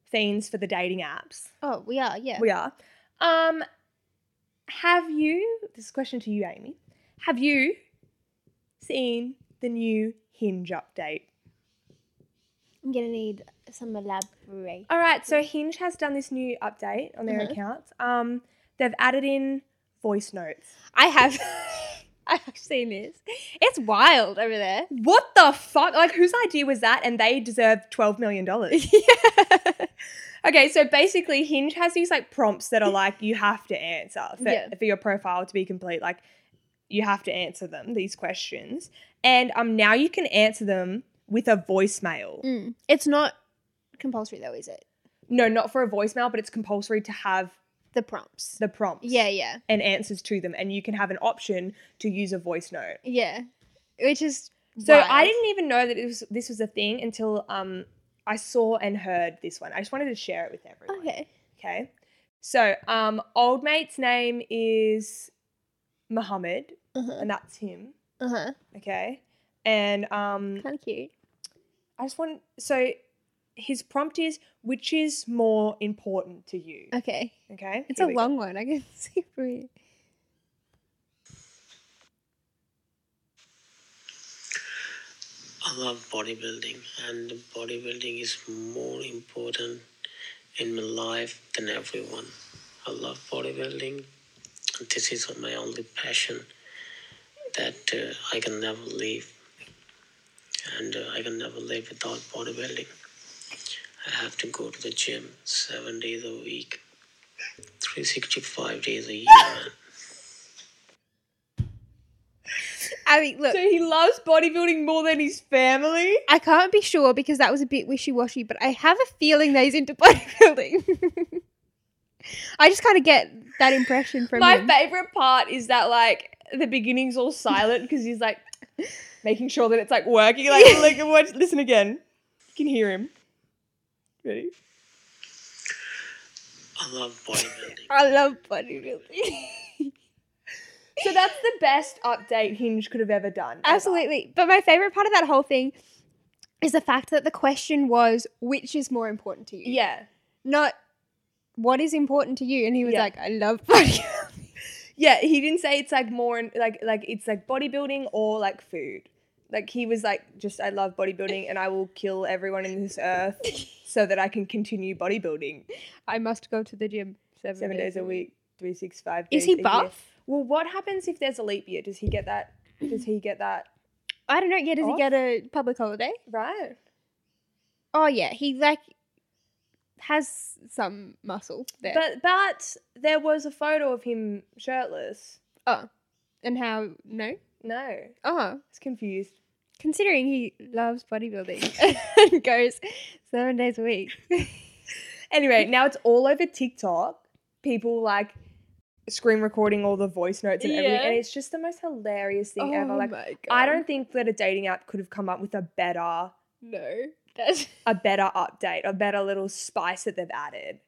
S2: fiends for the dating apps,
S3: Oh, we are. Yeah.
S2: we are. Um, have you? This is a question to you, Amy. Have you seen the new Hinge update?
S3: I'm gonna need some elaborate.
S2: All right, so Hinge has done this new update on their accounts. Um, they've added in voice notes.
S3: I have. I've seen this. It's wild over there.
S2: What the fuck? Like, whose idea was that? And they deserve $12 million. okay, so basically, Hinge has these like prompts that are like, you have to answer for,
S3: Yeah.
S2: for your profile to be complete. Like, you have to answer them, these questions. And um, now you can answer them with a voicemail.
S3: Mm. It's not compulsory though, is it?
S2: No, not for a voicemail, but it's compulsory to have
S3: The prompts.
S2: the prompts
S3: yeah, yeah,
S2: and answers to them. And you can have an option to use a voice note.
S3: yeah. Which is
S2: So I
S3: wild.
S2: didn't even know that it was this was a thing until um I saw and heard this one. I just wanted to share it with everyone.
S3: Okay.
S2: Okay. So um old mate's name is Muhammad
S3: Uh-huh.
S2: and that's him.
S3: Uh huh.
S2: Okay. And um
S3: Kind of cute.
S2: I just want so his prompt is which is more important to you?
S3: Okay.
S2: Okay.
S3: It's
S2: Here
S3: a
S2: we go.
S3: long one. I can see through it.
S5: I love bodybuilding, and bodybuilding is more important in my life than everyone. I love bodybuilding. This is my only passion that uh, I can never leave, and uh, I can never live without bodybuilding. I have to go to the gym seven days a week, 365 days a year. man.
S3: I mean, look.
S2: So he loves bodybuilding more than his family.
S3: I can't be sure because that was a bit wishy washy, but I have a feeling that he's into bodybuilding. I just kind of get that impression from
S2: My
S3: him.
S2: favorite part is that like the beginning's all silent because he's like making sure that it's like working. Like, like watch, listen again. You can hear him. Ready?
S5: I love bodybuilding.
S3: I love bodybuilding.
S2: So that's the best update Hinge could have ever done. ever.
S3: Absolutely. But my favorite part of that whole thing is the fact that the question was, which is more important to you?
S2: Yeah.
S3: Not what is important to you? And he was
S2: Yeah.
S3: like, I love bodybuilding.
S2: Yeah, he didn't say it's like more in, like like it's like bodybuilding or like food. Like he was like just I love bodybuilding and I will kill everyone in this earth so that I can continue bodybuilding
S3: I must go to the gym seven,
S2: seven days a week, three six five. days
S3: Is he
S2: a year.
S3: buff?
S2: Well, what happens if there's a leap year? Does he get that? Does he get that
S3: I don't know. Yeah, does
S2: Off?
S3: he get a public holiday?
S2: right?
S3: Oh, yeah. He like has some muscle there.
S2: But but there was a photo of him shirtless.
S3: oh, and how? No?
S2: No,
S3: Oh,
S2: it's confused.
S3: considering he loves bodybuilding and goes seven days a week.
S2: Anyway, now it's all over TikTok. People like screen recording all the voice notes and everything,
S3: Yeah.
S2: and it's just the most hilarious thing ever.
S3: Oh
S2: Like
S3: my
S2: I
S3: God.
S2: don't think that a dating app could have come up with a better
S3: No. That's.
S2: a better update, a better little spice that they've added.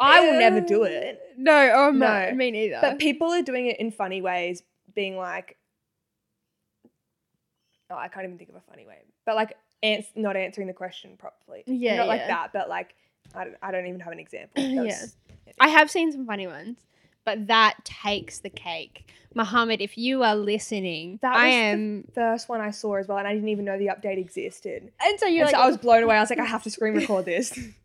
S2: I will never do it.
S3: No, oh no,
S2: No.
S3: me neither.
S2: But people are doing it in funny ways, being like, oh, I can't even think of a funny way, but like ans- not answering the question properly.
S3: Yeah,
S2: Not like
S3: yeah.
S2: that, but like, I don't, I don't even have an example. That
S3: Yeah.
S2: was-
S3: I have seen some funny ones, but that takes the cake. Mohammed, if you are listening,
S2: That
S3: I
S2: was the-
S3: am.
S2: First one I saw as well, and I didn't even know the update existed.
S3: and so you're
S2: And so I was blown away. I was like, I have to screen record this.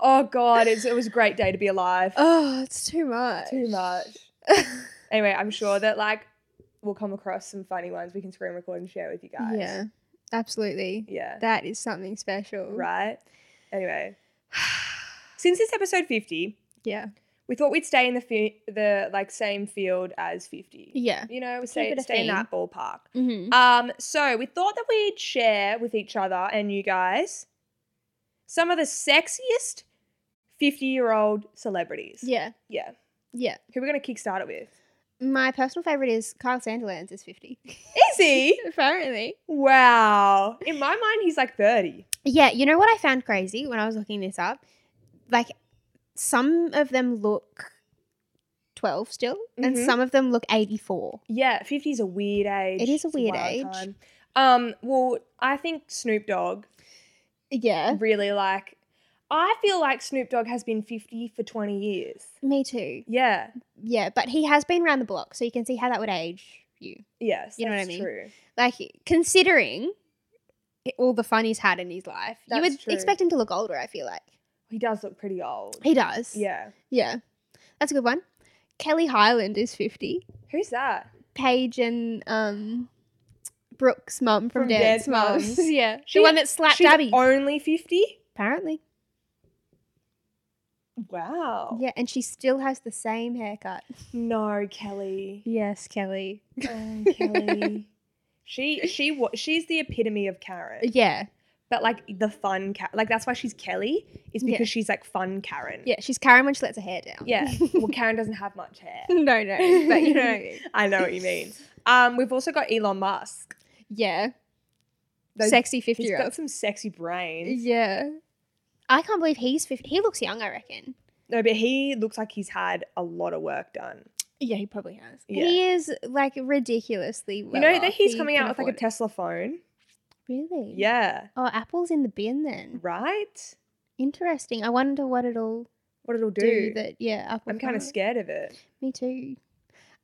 S2: oh God, it's, it was a great day to be alive.
S3: oh, it's too much.
S2: Too much. Anyway, I'm sure that like we'll come across some funny ones we can screen record and share with you guys.
S3: yeah, absolutely.
S2: Yeah.
S3: That is something special.
S2: right? Anyway, since it's episode 50,
S3: Yeah.
S2: we thought we'd stay in the fi- the like same field as 50.
S3: Yeah.
S2: You know, we stay,
S3: it a
S2: stay in
S3: theme.
S2: that ballpark.
S3: Mm-hmm.
S2: Um, so we thought that we'd share with each other and you guys some of the sexiest 50 year old celebrities.
S3: Yeah.
S2: Yeah.
S3: Yeah.
S2: Who we're gonna kickstart it with.
S3: My personal favorite is Kyle Sanderlands is 50.
S2: Easy.
S3: Apparently.
S2: wow. In my mind, he's like 30.
S3: Yeah, you know what I found crazy when I was looking this up? like some of them look 12 still
S2: Mm-hmm.
S3: and some of them look 84.
S2: Yeah, 50 is a weird age.
S3: It is a
S2: It's
S3: weird
S2: wild
S3: age.
S2: time. Um, well, I think Snoop Dogg
S3: Yeah.
S2: really like. I feel like Snoop Dogg has been 50 for 20 years.
S3: Me too.
S2: Yeah.
S3: Yeah, but he has been around the block, so you can see how that would age you.
S2: Yes.
S3: You know what I
S2: that's
S3: mean?
S2: True.
S3: Like considering i- all the fun he's had in his life, you
S2: That's
S3: would
S2: true.
S3: expect him to look older, I feel like.
S2: He does look pretty old.
S3: He does.
S2: Yeah.
S3: Yeah. That's a good one. Kelly Highland is 50.
S2: Who's that?
S3: Paige and um Brooke's mum from,
S2: From
S3: Dance,
S2: Dance
S3: Moms.
S2: Moms.
S3: yeah.
S2: She-
S3: the one that slapped
S2: She's
S3: Abby.
S2: only 50?
S3: apparently.
S2: Wow.
S3: Yeah, and she still has the same haircut.
S2: No, Kelly.
S3: Yes, Kelly.
S2: Oh, Kelly. she she wa- she's the epitome of Karen.
S3: Yeah.
S2: But like the fun Karen. Like that's why she's Kelly is
S3: Yeah.
S2: because she's like fun Karen.
S3: Yeah, she's Karen when she lets her hair down.
S2: Yeah. Well, Karen doesn't have much hair.
S3: no, no. But you know what I mean.
S2: I know what you mean. Um, we've also got Elon Musk.
S3: Yeah.
S2: Those-
S3: Sexy 50
S2: He's
S3: year
S2: got
S3: olds.
S2: some sexy brains.
S3: Yeah. I can't believe he's 50. He looks young, I reckon.
S2: No, but he looks like he's had a lot of work done.
S3: Yeah, he probably has.
S2: Yeah.
S3: He is like ridiculously well.
S2: you know that
S3: off.
S2: he's
S3: He
S2: coming
S3: can
S2: out with like a
S3: afford it.
S2: Tesla phone.
S3: Really?
S2: Yeah.
S3: Oh, Apple's in the bin then.
S2: Right?
S3: Interesting. I wonder what it'll
S2: What it'll do.
S3: do, that. Yeah, Apple.
S2: I'm kind of
S3: can't.
S2: scared of it.
S3: Me too.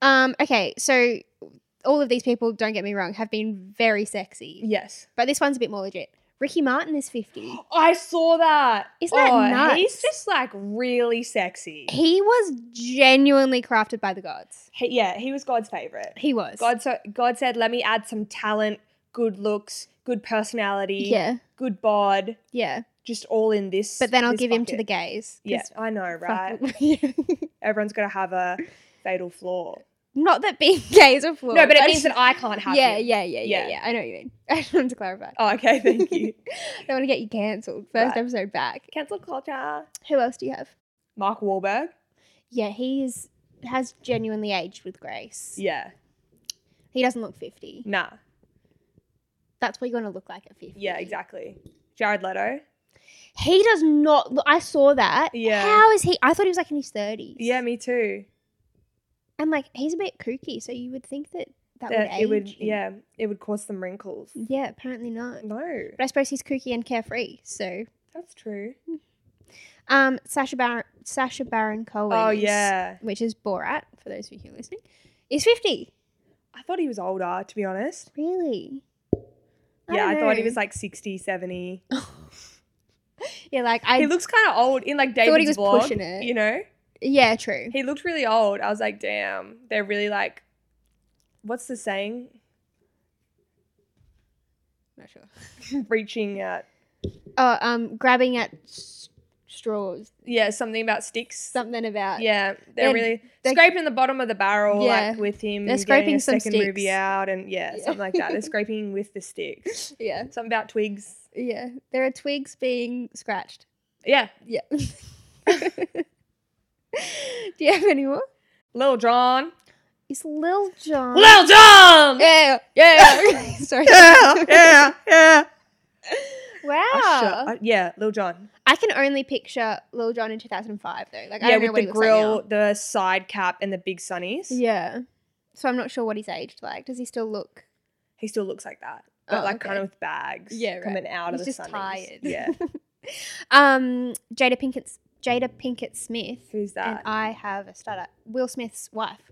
S3: Um. Okay. So all of these people, don't get me wrong, have been very sexy,
S2: Yes.
S3: but this one's a bit more legit. Ricky Martin is fifty.
S2: I saw that. Oh,
S3: Isn't that nuts?
S2: He's just like really sexy. He,
S3: He was genuinely crafted by the gods.
S2: yeah, he was God's favorite.
S3: He was.
S2: God, so, God said, let me add some talent, good looks, good personality,
S3: Yeah.
S2: good bod,
S3: Yeah.
S2: just all in this.
S3: But then I'll
S2: this
S3: give him to
S2: bucket.
S3: the gays. 'cause
S2: Yeah, I know, right?
S3: fuck- yeah.
S2: Everyone's got to have a fatal flaw.
S3: Not that being gay is a flaw.
S2: No, but it means that I can't have
S3: Yeah,
S2: him.
S3: yeah, yeah, yeah,
S2: Yeah.
S3: yeah. I know what you mean. I just wanted to clarify.
S2: Oh, okay, thank you.
S3: I don't want to get you cancelled. First
S2: Right.
S3: episode back.
S2: Cancel culture.
S3: Who else do you have?
S2: Mark Wahlberg.
S3: Yeah, he's has genuinely aged with grace.
S2: Yeah.
S3: He doesn't look fifty.
S2: Nah.
S3: That's what you're gonna look like at fifty.
S2: Yeah, exactly. Jared Leto.
S3: He does not. Look, I saw that.
S2: Yeah.
S3: How is he? I thought he was like in his thirties.
S2: Yeah, me too.
S3: And like he's a bit kooky, so you would think that that,
S2: That
S3: would age.
S2: it would,
S3: him.
S2: yeah, it would cause some wrinkles.
S3: Yeah. Apparently not.
S2: No,
S3: But I suppose he's kooky and carefree. So,
S2: that's true.
S3: um, Sasha Baron Sasha Baron Cohen.
S2: Oh
S3: is-
S2: yeah,
S3: Which is Borat for those of you who are listening. Is fifty
S2: I thought he was older, to be honest.
S3: really?
S2: yeah, I
S3: don't
S2: thought he
S3: know.
S2: was like 60, 70.
S3: Yeah, like I.
S2: he looks kind of old in like David's
S3: Thought he was
S2: vlog,
S3: pushing it.
S2: You know,
S3: yeah, true.
S2: he looked really old. I was like, damn, they're really like, what's the saying?
S3: Not sure.
S2: Reaching at
S3: Oh, um, grabbing at s- straws.
S2: yeah, something about sticks.
S3: Something about
S2: Yeah, they're,
S3: They're-
S2: really
S3: they're-
S2: scraping the bottom of the barrel
S3: uh, Yeah.
S2: like with him.
S3: They're
S2: getting
S3: scraping
S2: a
S3: some
S2: second movie
S3: sticks.
S2: out and yeah, something like that. They're scraping with the sticks.
S3: yeah,
S2: Something about twigs.
S3: yeah. There are twigs being scratched.
S2: Yeah,
S3: Yeah. Do you have any more?
S2: Lil John.
S3: It's Lil Jon.
S2: Lil John.
S3: yeah, yeah. Sorry.
S2: Yeah, yeah, yeah.
S3: Wow.
S2: I sure- I- yeah, Lil John.
S3: I can only picture Lil Jon in 2005 though. Like I
S2: yeah,
S3: don't know
S2: with
S3: what
S2: the
S3: he looks like now.
S2: grill, the side cap, and the big sunnies.
S3: Yeah. So I'm not sure what he's aged like. Does he still look?
S2: He still looks like that, but
S3: Oh,
S2: like
S3: okay.
S2: kind of with bags.
S3: Yeah, right.
S2: coming out of
S3: He's
S2: the sunnies.
S3: just tired.
S2: Yeah,
S3: Um, Jada Pinkett Jada Pinkett Smith
S2: who's
S3: and
S2: that?
S3: I have a startup. Will Smith's wife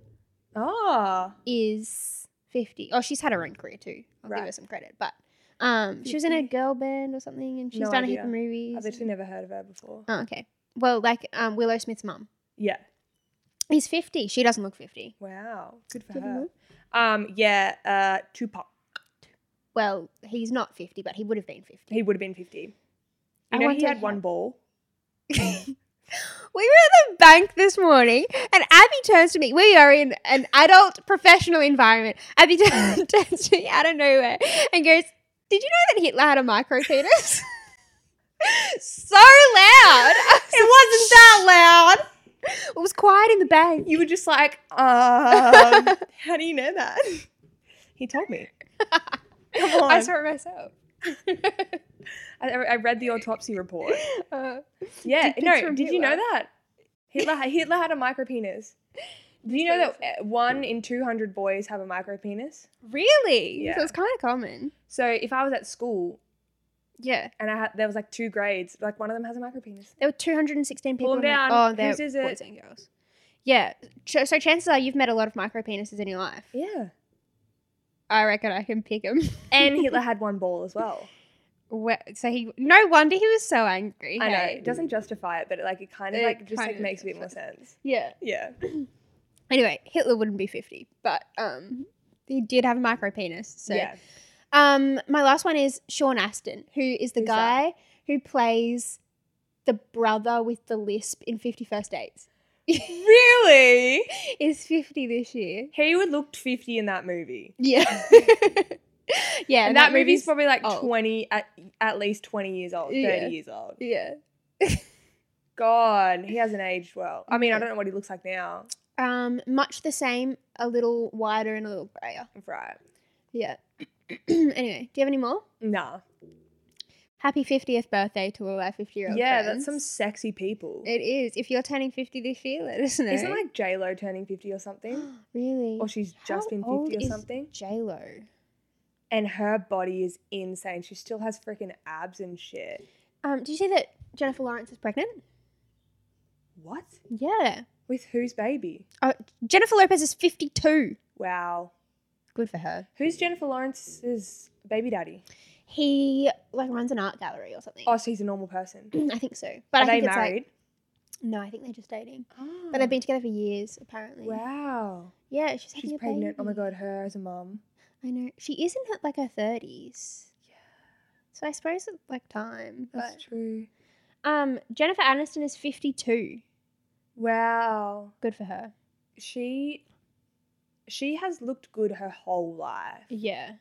S2: oh,
S3: is 50. Oh, she's had her own career too. I'll give
S2: Right.
S3: her some credit, but um, she was in a
S2: 50.
S3: girl band or something, and she's
S2: No
S3: done a
S2: idea.
S3: heap of movies.
S2: I've literally never heard of her before.
S3: Oh, okay. Well, like um, Willow Smith's mum
S2: Yeah.
S3: is 50. She doesn't look 50.
S2: Wow. Good for
S3: Good
S2: her. Um. Yeah. Uh. Tupac.
S3: Well, he's not 50, but he would have been 50.
S2: He would have been fifty.
S3: I
S2: You know, he
S3: wonder
S2: had one
S3: how-
S2: ball.
S3: We were at the bank this morning, and Abby turns to me. We are in an adult, professional environment. Abby t- turns to me out of nowhere and goes, "Did you know that Hitler had a micro penis?" so loud. It wasn't that loud. It was quiet in the bank.
S2: You were just like, um, how do you know that? He told me. Come on.
S3: I saw it myself.
S2: I, I read the autopsy report.
S3: Uh,
S2: Yeah,
S3: tidbits
S2: no,
S3: from
S2: did you know
S3: Hitler.
S2: that? Hitler, Hitler had a micro penis. Do you know that uh, one in 200 boys have a micro penis?
S3: really?
S2: Yeah.
S3: So it's kind of common.
S2: So if I was at school
S3: Yeah.
S2: and I had, there was like two grades, like one of them has a micro penis.
S3: There were 216 people.
S2: Pull
S3: in
S2: 'em
S3: that-
S2: down.
S3: Oh, they're
S2: Whose is it?
S3: boys and girls. Yeah. Ch- So chances are you've met a lot of micro penises in your life.
S2: Yeah.
S3: I reckon I can pick them.
S2: And Hitler had one ball as well.
S3: so he. No wonder he was so angry.
S2: I know,
S3: hey?
S2: it doesn't justify it, but it, like it kind of
S3: It
S2: like just like
S3: kind of
S2: makes a bit more sense.
S3: Yeah.
S2: Yeah.
S3: Anyway, Hitler wouldn't be 50, but um, he did have a micro penis. So
S2: Mm-hmm. yeah.
S3: Um, my last one is Sean Astin, who is the
S2: Who's
S3: guy
S2: that?
S3: who plays the brother with the lisp in Fifty First Dates.
S2: Really?
S3: Is fifty this year?
S2: He would looked 50 in that movie.
S3: Yeah, yeah.
S2: and that, movie's, probably like
S3: old.
S2: 20, at, at least 20 years old, 30
S3: Yeah.
S2: years old.
S3: yeah.
S2: God, he hasn't aged well. I mean,
S3: Yeah.
S2: I don't know what he looks like now.
S3: Um, much the same, a little wider and a little grayer.
S2: Right.
S3: Yeah. anyway, do you have any more?
S2: Nah.
S3: Happy fiftieth birthday to all our fifty-year-old.
S2: Yeah, that's some sexy people.
S3: It is. If you're turning fifty this year, let us know.
S2: Isn't like J Lo turning fifty or something,
S3: really?
S2: or she's just
S3: How
S2: been
S3: old
S2: fifty or
S3: is
S2: something?
S3: J Lo.
S2: And her body is insane. She still has freaking abs and shit.
S3: Um, did you see that Jennifer Lawrence is pregnant?
S2: What?
S3: Yeah.
S2: With whose baby?
S3: Oh, Jennifer Lopez is 52.
S2: Wow.
S3: Good for her.
S2: Who's Jennifer Lawrence's baby daddy?
S3: He like runs an art gallery or something.
S2: Oh, so he's a normal person.
S3: I think so.
S2: Are
S3: But I think
S2: they
S3: it's
S2: married?
S3: like no, I think they're just dating.
S2: oh.
S3: But they've been together for years apparently.
S2: Wow.
S3: Yeah, she's, having
S2: She's
S3: a
S2: pregnant. Oh my
S3: baby.
S2: god, her as a mum.
S3: I know. She is in her, like her 30s. Yeah. So I suppose it's like time. But
S2: That's true.
S3: um Jennifer Aniston is 52.
S2: Wow.
S3: Good for her.
S2: She she has looked good her whole life.
S3: Yeah.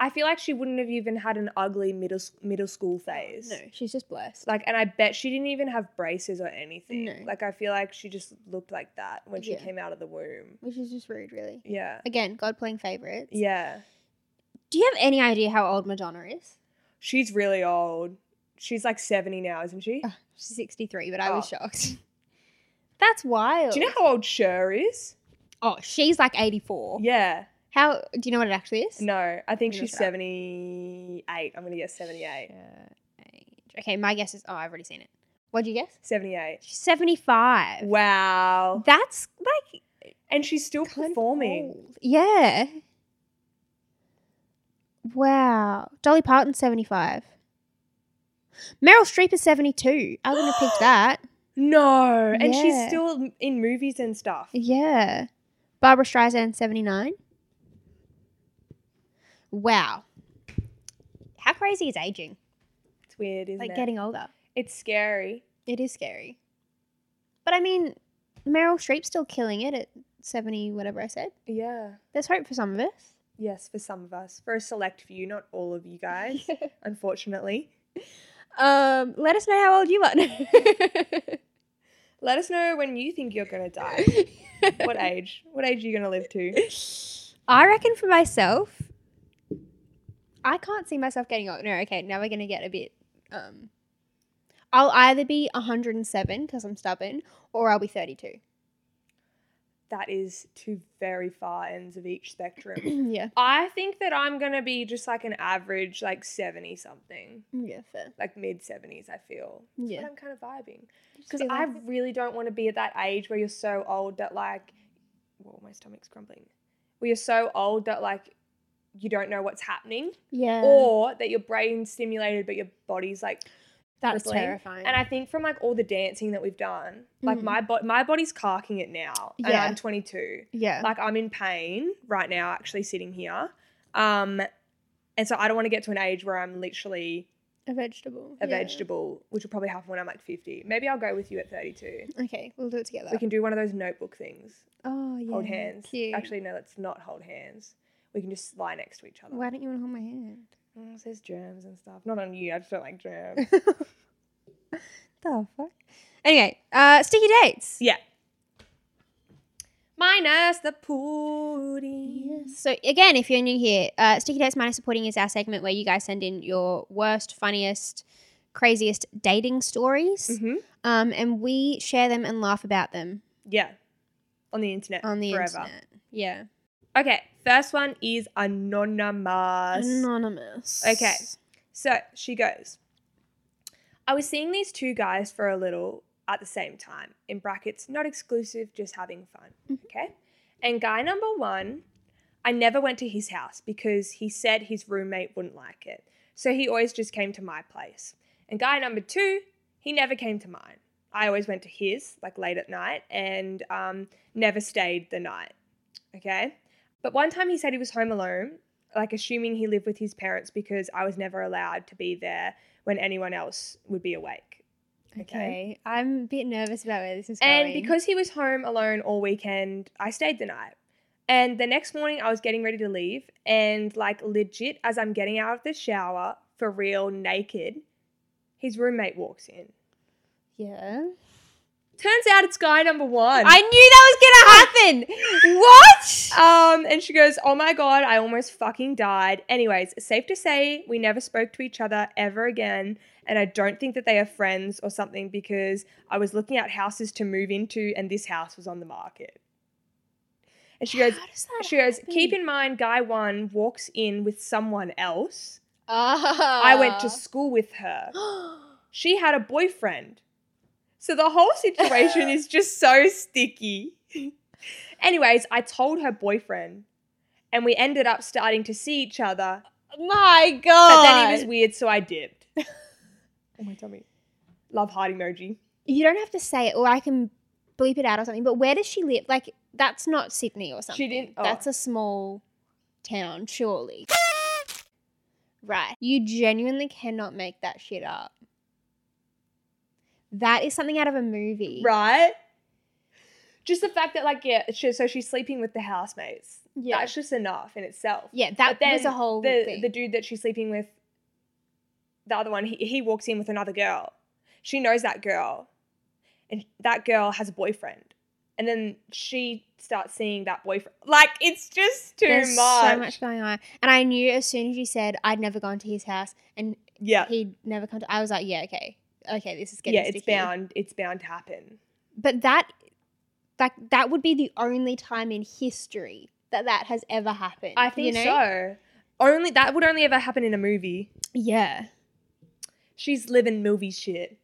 S2: I feel like she wouldn't have even had an ugly middle s- middle school phase.
S3: No, she's just blessed.
S2: Like, and I bet she didn't even have braces or anything.
S3: No.
S2: Like, I feel like she just looked like that when she
S3: Yeah.
S2: came out of the womb.
S3: Which is just rude, really.
S2: Yeah.
S3: Again, God playing favorites.
S2: Yeah.
S3: Do you have any idea how old Madonna is?
S2: She's really old. She's like 70 now, isn't
S3: Uh,
S2: she?
S3: She's 63, but I was
S2: Oh.
S3: shocked. That's wild.
S2: Do you know how old Cher is?
S3: Oh, she's like 84.
S2: Yeah.
S3: How do you know what it actually is?
S2: No, I think
S3: Let me
S2: she's
S3: look it up.
S2: 78. I'm going to guess 78.
S3: Okay, my guess is oh, I've already seen it. What'd you guess?
S2: 78.
S3: She's 75.
S2: Wow.
S3: That's like
S2: And she's still
S3: kind of
S2: performing.
S3: old. Yeah. Wow. Dolly Parton's 75. Meryl Streep is 72. I wouldn't have picked that.
S2: No. And
S3: Yeah.
S2: she's still in movies and stuff.
S3: Yeah. Barbara Streisand, 79. Wow. How crazy is aging?
S2: It's weird, isn't
S3: Like
S2: it?
S3: getting older.
S2: it's scary.
S3: It is scary. But I mean, Meryl Streep's still killing it at 70, whatever I said.
S2: Yeah.
S3: There's hope for some of us.
S2: Yes, for some of us. For a select few, not all of you guys, unfortunately.
S3: Um, let us know how old you are.
S2: Let us know when you think you're going to die. what age? What age are you going to live to?
S3: I reckon for myself, I can't see myself getting old. No, okay, now we're gonna get a bit. Um, I'll either be 107 because I'm stubborn, or I'll be 32.
S2: That is two very far ends of each spectrum.
S3: yeah,
S2: I think that I'm going to be just like an average, like 70 something,
S3: yeah, fair.
S2: like mid 70s, I feel. That's
S3: Yeah.
S2: What I'm kind of vibing. Because I really don't want to be at that age where you're so old that, like, well, my stomach's crumbling. Where you're so old that, like, you don't know what's happening.
S3: yeah,
S2: or that your brain's stimulated but your body's like
S3: that's
S2: crippling.
S3: terrifying.
S2: and i think from like all the dancing that we've done like
S3: Mhm.
S2: my body my body's carking it now and
S3: Yeah.
S2: i'm 22
S3: yeah,
S2: like i'm in pain right now actually sitting here um and so i don't want to get to an age where i'm literally
S3: a vegetable.
S2: a
S3: yeah.
S2: vegetable which will probably happen when i'm like 50 maybe i'll go with you at 32
S3: Okay, we'll do it together.
S2: we can do one of those notebook things
S3: oh Uh. yeah,
S2: hold hands
S3: Cute.
S2: actually no let's not hold hands we can just lie next to each other
S3: why don't you want to hold my hand?
S2: Mm, it says germs and stuff not on you i just don't like germs
S3: The fuck. Anyway, uh, sticky dates.
S2: Yeah.
S3: My
S2: minus the pudding.
S3: So again, if you're new here, uh, Sticky Dates Minus Supporting is our segment where you guys send in your worst, funniest, craziest dating stories,
S2: Mhm.
S3: um, and we share them and laugh about them
S2: Yeah. On the internet.
S3: on the
S2: forever.
S3: internet. Yeah,
S2: Okay, first one is anonymous.
S3: anonymous.
S2: Okay. So she goes, I was seeing these two guys for a little at the same time, in brackets, not exclusive, just having fun. Okay. And guy number one, I never went to his house because he said his roommate wouldn't like it. So he always just came to my place. And guy number two, he never came to mine. I always went to his, like late at night, and um, never stayed the night. Okay. But one time he said he was home alone, like assuming he lived with his parents because I was never allowed to be there when anyone else would be awake.
S3: okay, I'm a bit nervous about where this is
S2: And
S3: going.
S2: because he was home alone all weekend, I stayed the night. And the next morning, I was getting ready to leave, and like legit, as I'm getting out of the shower for real, naked, his roommate walks in.
S3: yeah,
S2: Turns out it's guy number one.
S3: I knew that was gonna happen. what?
S2: Um, and she goes, Oh my god, I almost fucking died. Anyways, safe to say we never spoke to each other ever again. And I don't think that they are friends or something because I was looking at houses to move into and this house was on the market. And she goes,
S3: How does that
S2: she goes, keep
S3: happen?
S2: in mind, guy one walks in with someone else.
S3: Ah.
S2: I went to school with her. She had a boyfriend. So the whole situation is just so sticky. Anyways, I told her boyfriend and we ended up starting to see each other.
S3: My God.
S2: But then he was weird, so I dipped. oh my tummy. Love heart emoji.
S3: you don't have to say it, or I can bleep it out or something. But where does she live? Like, that's not Sydney or something.
S2: didn't- oh.
S3: That's a small town, surely. Right. You genuinely cannot make that shit up. That is something out of a movie.
S2: Right? Just the fact that, like, yeah, she, so she's sleeping with the housemates.
S3: Yeah.
S2: That's just enough in itself.
S3: Yeah, that
S2: But then
S3: was a whole
S2: the,
S3: thing.
S2: The dude that she's sleeping with, the other one, he, he walks in with another girl. She knows that girl. And that girl has a boyfriend. And then she starts seeing that boyfriend. Like, it's just too
S3: There's
S2: much.
S3: so much going on. And I knew as soon as you said I'd never gone to his house and
S2: Yeah.
S3: he'd never come to I was like, yeah, okay. Okay, this is getting
S2: Uh, Yeah, it's
S3: sticky.
S2: bound. It's bound to happen.
S3: But that like that would be the only time in history that that has ever happened.
S2: I
S3: you
S2: think
S3: know?
S2: so. Only that would only ever happen in a movie.
S3: Yeah.
S2: She's living movie shit.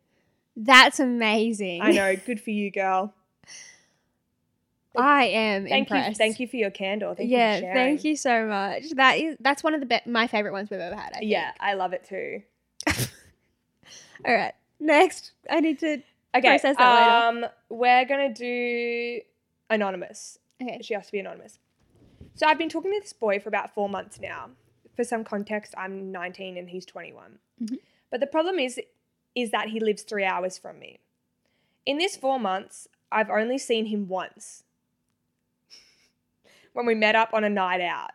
S3: That's amazing.
S2: I know. Good for you, girl.
S3: I am
S2: Thank
S3: impressed.
S2: you. Thank you for your candor. Thank
S3: yeah,
S2: you for sharing.
S3: thank you so much. That is that's one of the be- my favorite ones we've ever had. I think.
S2: Yeah, I love it too.
S3: All right. Next, I need to.
S2: Okay.
S3: Process that
S2: um, we're gonna do anonymous.
S3: Okay.
S2: She has to be anonymous. So I've been talking to this boy for about four months now. For some context, I'm 19 and he's 21.
S3: Mm-hmm.
S2: But the problem is, is that he lives three hours from me. In this four months, I've only seen him once. when we met up on a night out,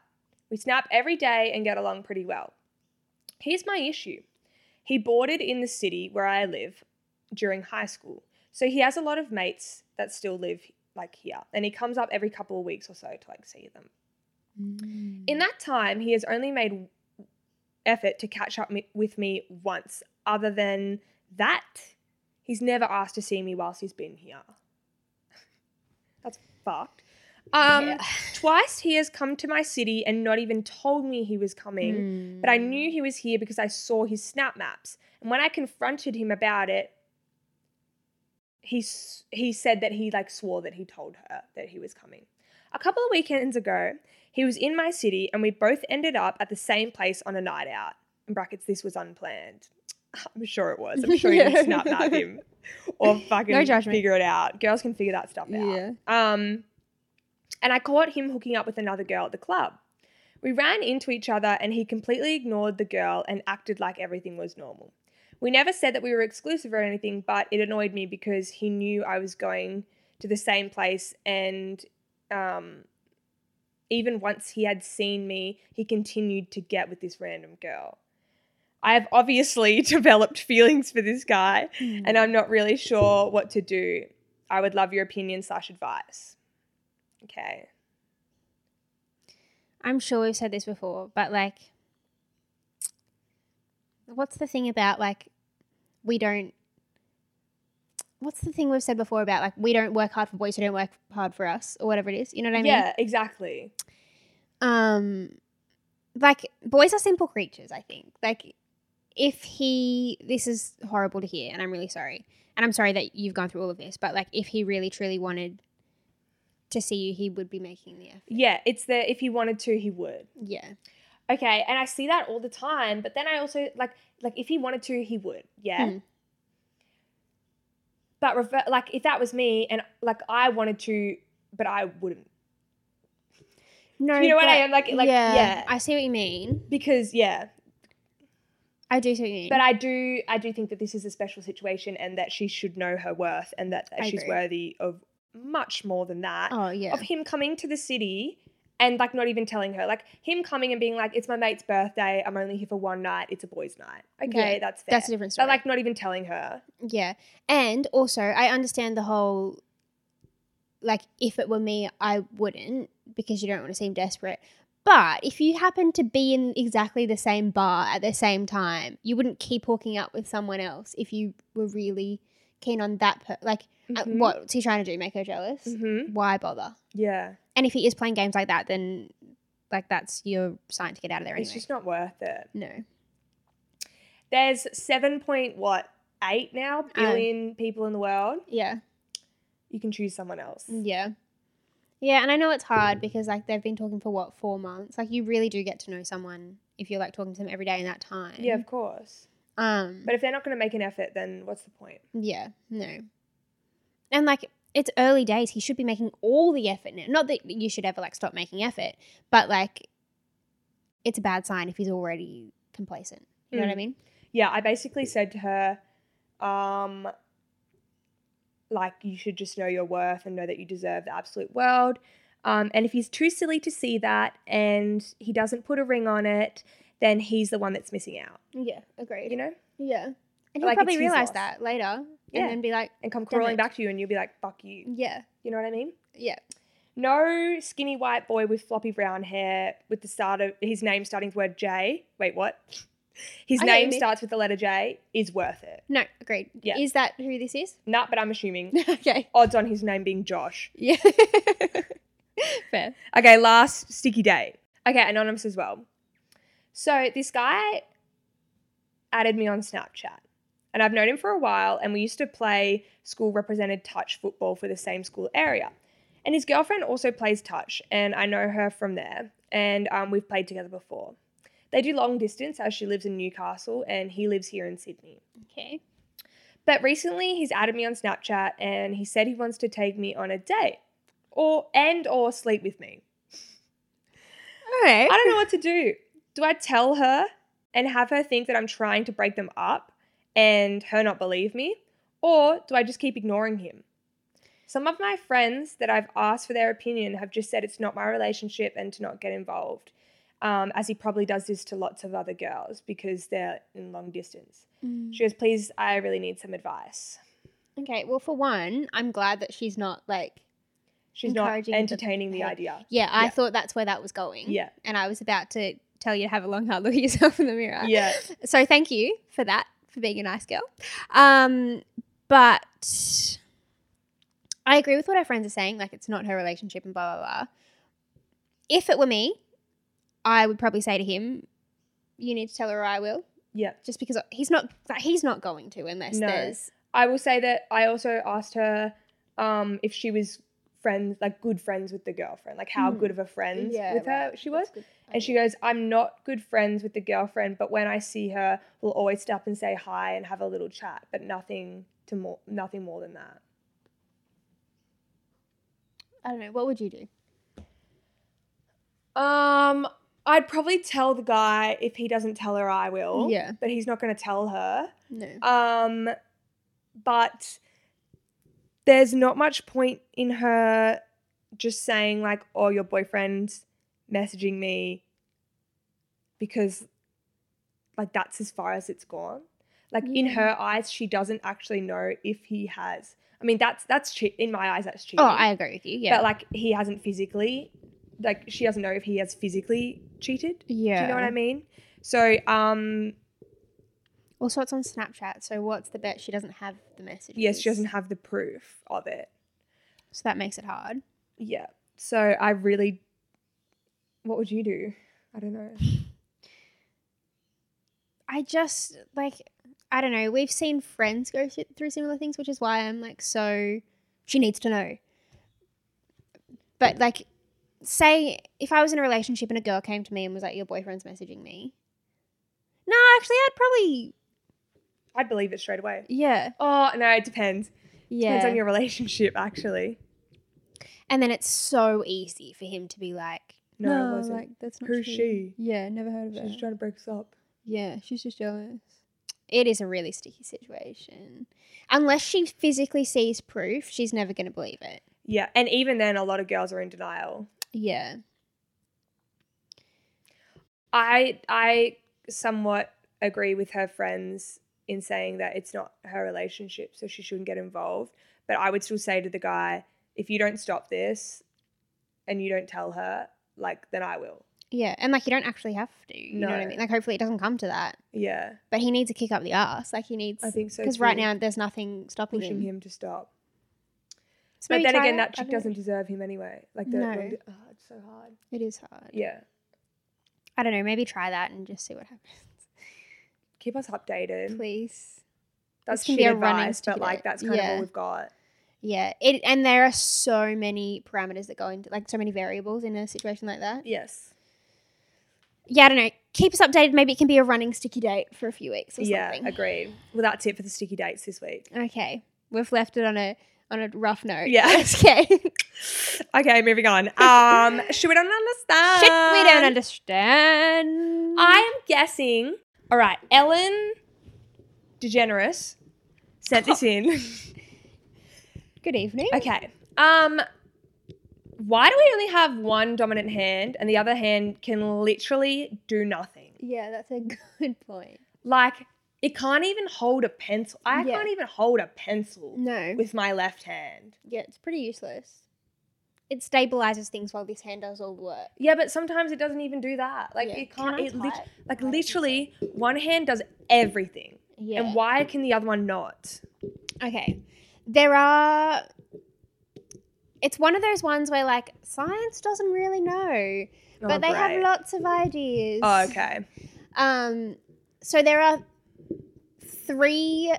S2: we snap every day and get along pretty well. Here's my issue. He boarded in the city where I live during high school. So he has a lot of mates that still live like here, and he comes up every couple of weeks or so to like see them. In that time, he has only made effort to catch up me- with me once. Other than that, he's never asked to see me whilst he's been here. That's fucked. Um, twice he has come to my city and not even told me he was coming, but I knew he was here because I saw his snap maps. And when I confronted him about it, he s- he said that he like swore that he told her that he was coming. A couple of weekends ago, he was in my city and we both ended up at the same place on a night out. In brackets, this was unplanned. I'm sure it was. I'm sure you
S3: Yeah.
S2: can snap map him or fucking
S3: No judgment.
S2: figure it out. Girls can figure that stuff
S3: Yeah.
S2: out. Um, and I caught him hooking up with another girl at the club. We ran into each other and he completely ignored the girl and acted like everything was normal. We never said that we were exclusive or anything, but it annoyed me because he knew I was going to the same place. And um, even once he had seen me, he continued to get with this random girl. I have obviously developed feelings for this guy, and I'm not really sure what to do. I would love your opinion slash advice. Okay.
S3: I'm sure we've said this before, but like, what's the thing about like, we don't, what's the thing we've said before about like, we don't work hard for boys who don't work hard for us or whatever it is? You know what I mean?
S2: yeah, exactly.
S3: um like boys are simple creatures i think like if he this is horrible to hear and i'm really sorry and i'm sorry that you've gone through all of this but like if he really truly wanted to see you he would be making the effort
S2: Yeah, it's the if he wanted to, he would.
S3: yeah
S2: Okay, and I see that all the time, but then I also like like if he wanted to, he would. Yeah.
S3: Hmm.
S2: But rever- like if that was me and like I wanted to, but I wouldn't
S3: no
S2: You know what I
S3: but-
S2: am, like- like- yeah.
S3: i see what you mean
S2: because yeah.
S3: i do see what you mean
S2: But I do I do think that this is a special situation and that she should know her worth and that, that
S3: I
S2: she's
S3: agree.
S2: worthy of much more than that.
S3: oh yeah
S2: Of him coming to the city and like not even telling her. Like him coming and being like, It's my mate's birthday, I'm only here for one night, it's a boys' night. Okay,
S3: Yeah,
S2: that's fair.
S3: that's a different story
S2: But like not even telling her.
S3: Yeah. And also, I understand the whole like if it were me, I wouldn't because you don't want to seem desperate. But if you happen to be in exactly the same bar at the same time, you wouldn't keep hooking up with someone else if you were really keen on that per- like uh,
S2: Mhm.
S3: what's he trying to do make her jealous?
S2: Mm-hmm.
S3: Why bother?
S2: Yeah.
S3: And if he is playing games like that, then like that's your sign to get out of there anyway.
S2: It's just not worth it.
S3: no.
S2: There's seven point what eight
S3: Oh.
S2: now billion people in the world.
S3: Yeah.
S2: You can choose someone else.
S3: Yeah. Yeah, and I know it's hard because like they've been talking for what, four months. Like you really do get to know someone if you're like talking to them every day in that time.
S2: Yeah, of course.
S3: Um
S2: But if they're not going to make an effort, then what's the point?
S3: Yeah, no. And like it's early days. He should be making all the effort now. Not that you should ever like stop making effort, but like it's a bad sign if he's already complacent. You know what I
S2: Mm.
S3: mean?
S2: Yeah, I basically said to her, um, like you should just know your worth and know that you deserve the absolute world. Um, and if he's too silly to see that and he doesn't put a ring on it, then he's the one that's missing out.
S3: Yeah, agreed.
S2: You know,
S3: Yeah. And he'll
S2: Like, it's
S3: probably
S2: his
S3: realize
S2: loss.
S3: that later
S2: Yeah.
S3: and then be like,
S2: and come
S3: Damn
S2: crawling
S3: it.
S2: back to you, and you'll be like, "Fuck you."
S3: yeah,
S2: You know what I mean?
S3: yeah.
S2: No skinny white boy with floppy brown hair with the start of his name starting with the word J. Wait, what? His
S3: I know what you
S2: name
S3: mean.
S2: starts with the letter J is worth it.
S3: No, agreed.
S2: Yeah.
S3: Is that who this is?
S2: Nah, but I'm assuming
S3: okay.
S2: odds on his name being Josh.
S3: Yeah. Fair.
S2: Okay, last sticky date. Okay, anonymous as well. So this guy added me on Snapchat. And I've known him for a while, and we used to play school represented touch football for the same school area. And his girlfriend also plays touch, and I know her from there, and um, we've played together before. They do long distance as she lives in Newcastle and he lives here in Sydney.
S3: Okay.
S2: But recently he's added me on Snapchat and he said he wants to take me on a date or and or sleep with me.
S3: All right.
S2: I don't know what to do. Do I tell her and have her think that I'm trying to break them up and her not believe me? Or do I just keep ignoring him? Some of my friends that I've asked for their opinion have just said it's not my relationship and to not get involved, um, as he probably does this to lots of other girls because they're in long distance.
S3: Mm.
S2: She goes, Please, I really need some advice.
S3: Okay. Well, for one, I'm glad that she's not like.
S2: She's not
S3: Encouraging the
S2: entertaining the
S3: behav-
S2: idea.
S3: Yeah, I
S2: Yeah.
S3: thought that's where that was going.
S2: Yeah.
S3: And I was about to tell you to have a long hard look at yourself in the mirror.
S2: Yeah.
S3: So thank you for that for being a nice girl. Um, but I agree with what our friends are saying. Like, it's not her relationship and blah blah blah. If it were me, I would probably say to him, "You need to tell her, or I will."
S2: Yeah.
S3: Just because he's not, like, he's not going to unless
S2: No.
S3: there's
S2: I will say that I also asked her um, if she was friends, like good friends with the girlfriend, like how
S3: Mm.
S2: good of a friend
S3: Yeah,
S2: with her
S3: right.
S2: she was.
S3: That's good.
S2: And she goes, I'm not good friends with the girlfriend, but when I see her, we'll always stop and say hi and have a little chat, but nothing to more, nothing more than that.
S3: I don't know. What would you do?
S2: Um, I'd probably tell the guy if he doesn't tell her, I will.
S3: Yeah.
S2: but he's not going to tell her.
S3: No.
S2: Um, but there's not much point in her just saying like, "Oh, your boyfriend's messaging me," because like that's as far as it's gone. Like in
S3: Yeah.
S2: her eyes, she doesn't actually know if he has. I mean, that's that's cheat in my eyes. That's cheating.
S3: Oh, I agree with you. Yeah.
S2: But like, he hasn't physically, like, she doesn't know if he has physically cheated. Do
S3: yeah.
S2: you know what I mean? So, um,
S3: Also, it's on Snapchat. So what's the bet? She doesn't have the message.
S2: yes, she doesn't have the proof of it.
S3: So that makes it hard.
S2: Yeah. So I really, what would you do? I don't know.
S3: I just like I don't know. We've seen friends go th- through similar things, which is why I'm like so. She needs to know. But like, say if I was in a relationship and a girl came to me and was like, "Your boyfriend's messaging me." No, actually, I'd probably
S2: I'd believe it straight away.
S3: yeah
S2: Oh no, it depends. Depends
S3: yeah.
S2: on your relationship, actually.
S3: and then it's so easy for him to be like,
S2: No,
S3: "No,
S2: it wasn't.
S3: like that's not
S2: Who's
S3: true."
S2: she?
S3: Yeah, never heard of her.
S2: She's trying to break us up.
S3: Yeah, she's just jealous. It is a really sticky situation. Unless she physically sees proof, she's never going to believe it.
S2: Yeah, and even then, a lot of girls are in denial.
S3: Yeah.
S2: I I somewhat agree with her friends in saying that it's not her relationship, so she shouldn't get involved. But I would still say to the guy, if you don't stop this, and you don't tell her, like then I will.
S3: Yeah. And like, you don't actually have to. You know what I
S2: No.
S3: mean? Like, hopefully it doesn't come to that.
S2: Yeah,
S3: But he needs a kick up the ass. Like, he needs.
S2: I think so.
S3: Because right
S2: too.
S3: now, there's nothing stopping
S2: pushing
S3: him.
S2: him to stop.
S3: So
S2: But
S3: maybe
S2: then
S3: try
S2: again,
S3: it.
S2: that
S3: I
S2: chick
S3: don't know.
S2: doesn't deserve him anyway. Like the,
S3: No.
S2: oh, it's so hard.
S3: It is hard.
S2: Yeah,
S3: I don't know. Maybe try that and just see what happens.
S2: keep us updated.
S3: Please.
S2: That's
S3: This can
S2: shit
S3: be a running
S2: advice, but
S3: to
S2: like
S3: it.
S2: that's kind of all
S3: Yeah.
S2: we've got.
S3: Yeah. It And there are so many parameters that go into, like, so many variables in a situation like that.
S2: Yes.
S3: yeah, I don't know. Keep us updated. Maybe it can be a running sticky date for a few weeks or
S2: Yeah,
S3: something.
S2: agreed. Well, that's it for the sticky dates this week.
S3: Okay, we've left it on a on a rough note.
S2: Yeah.
S3: okay. Shit,
S2: Okay, moving on. Um, she would not understand.
S3: we
S2: Um,
S3: don't understand.
S2: I am guessing. All right, Ellen DeGeneres sent this in.
S3: Good evening.
S2: okay. Um, why do we only have one dominant hand and the other hand can literally do nothing?
S3: Yeah, that's a good point.
S2: Like it can't even hold a pencil. I
S3: Yeah.
S2: can't even hold a pencil
S3: No.
S2: with my left hand.
S3: yeah, it's pretty useless. It stabilizes things while this hand does all the work.
S2: Yeah, but sometimes it doesn't even do that. Like
S3: Yeah.
S2: it can't.
S3: Can I
S2: it lit-
S3: type?
S2: like
S3: I don't think so.
S2: literally, one hand does everything.
S3: Yeah.
S2: And why can the other one not?
S3: Okay. There are. It's one of those ones where like science doesn't really know, but they have
S2: Oh, great.
S3: lots of ideas.
S2: Oh, okay.
S3: Um, so there are three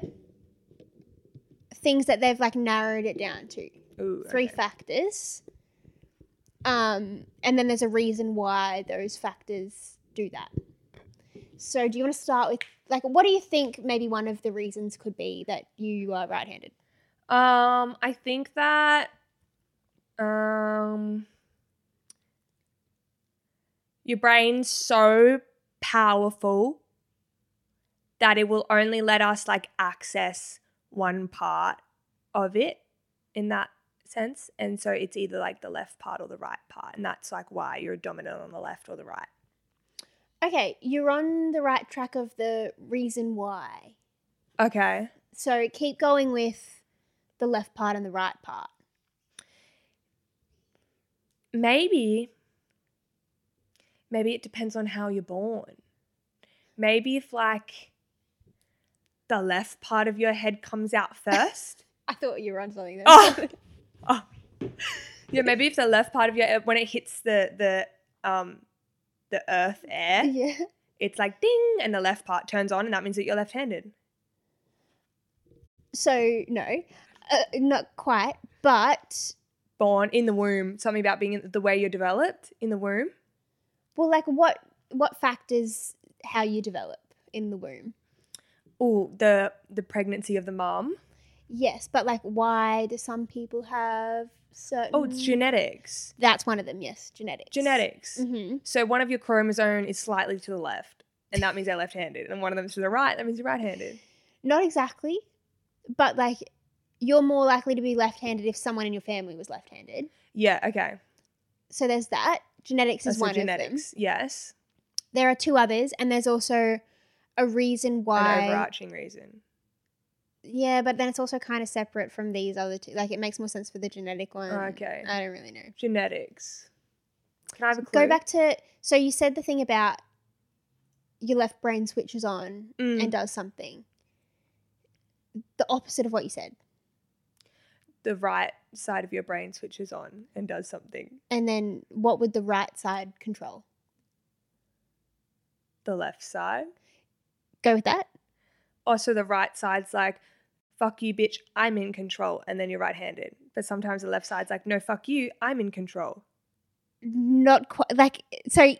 S3: things that they've like narrowed it down to.
S2: Ooh,
S3: Three
S2: okay.
S3: factors. Um, and then there's a reason why those factors do that. So do you want to start with like what do you think maybe one of the reasons could be that you are right-handed?
S2: Um, I think that um, your brain's so powerful that it will only let us like access one part of it in that sense, and so it's either like the left part or the right part, and that's like why you're dominant on the left or the right.
S3: Okay, you're on the right track of the reason why.
S2: Okay.
S3: So keep going with the left part and the right part.
S2: maybe maybe it depends on how you're born maybe if like the left part of your head comes out first
S3: I thought you were on something there.
S2: oh. Oh. yeah maybe if the left part of your when it hits the the um the earth air
S3: yeah.
S2: it's like ding and the left part turns on and that means that you're left-handed
S3: So no, uh, not quite. But
S2: born in the womb something about being in the way you're developed in the womb
S3: well, like what what factors how you develop in the womb?
S2: oh the the pregnancy of the mom
S3: Yes, but like why do some people have certain?
S2: oh it's genetics
S3: That's one of them. Yes, genetics.
S2: genetics
S3: hmm
S2: So one of your chromosome is slightly to the left, and that means they're left-handed, and one of them's to the right, that means you're right-handed.
S3: Not exactly, but like you're more likely to be left-handed if someone in your family was left-handed.
S2: Yeah, okay.
S3: So there's that. Genetics is
S2: Oh, so
S3: one of them.
S2: genetics, yes.
S3: There are two others, and there's also a reason why
S2: An overarching reason.
S3: Yeah, but then it's also kind of separate from these other two. Like it makes more sense for the genetic one.
S2: Okay.
S3: I don't really know.
S2: Genetics. Can I have a clue?
S3: Go back to so you said the thing about your left brain switches on
S2: Mm.
S3: and does something. The opposite of what you said.
S2: The right side of your brain switches on and does something.
S3: And then what would the right side control?
S2: The left side.
S3: Go with that?
S2: Oh, so the right side's like, fuck you, bitch, I'm in control. And then you're right handed. But sometimes the left side's like, no, fuck you, I'm in control.
S3: Not quite like so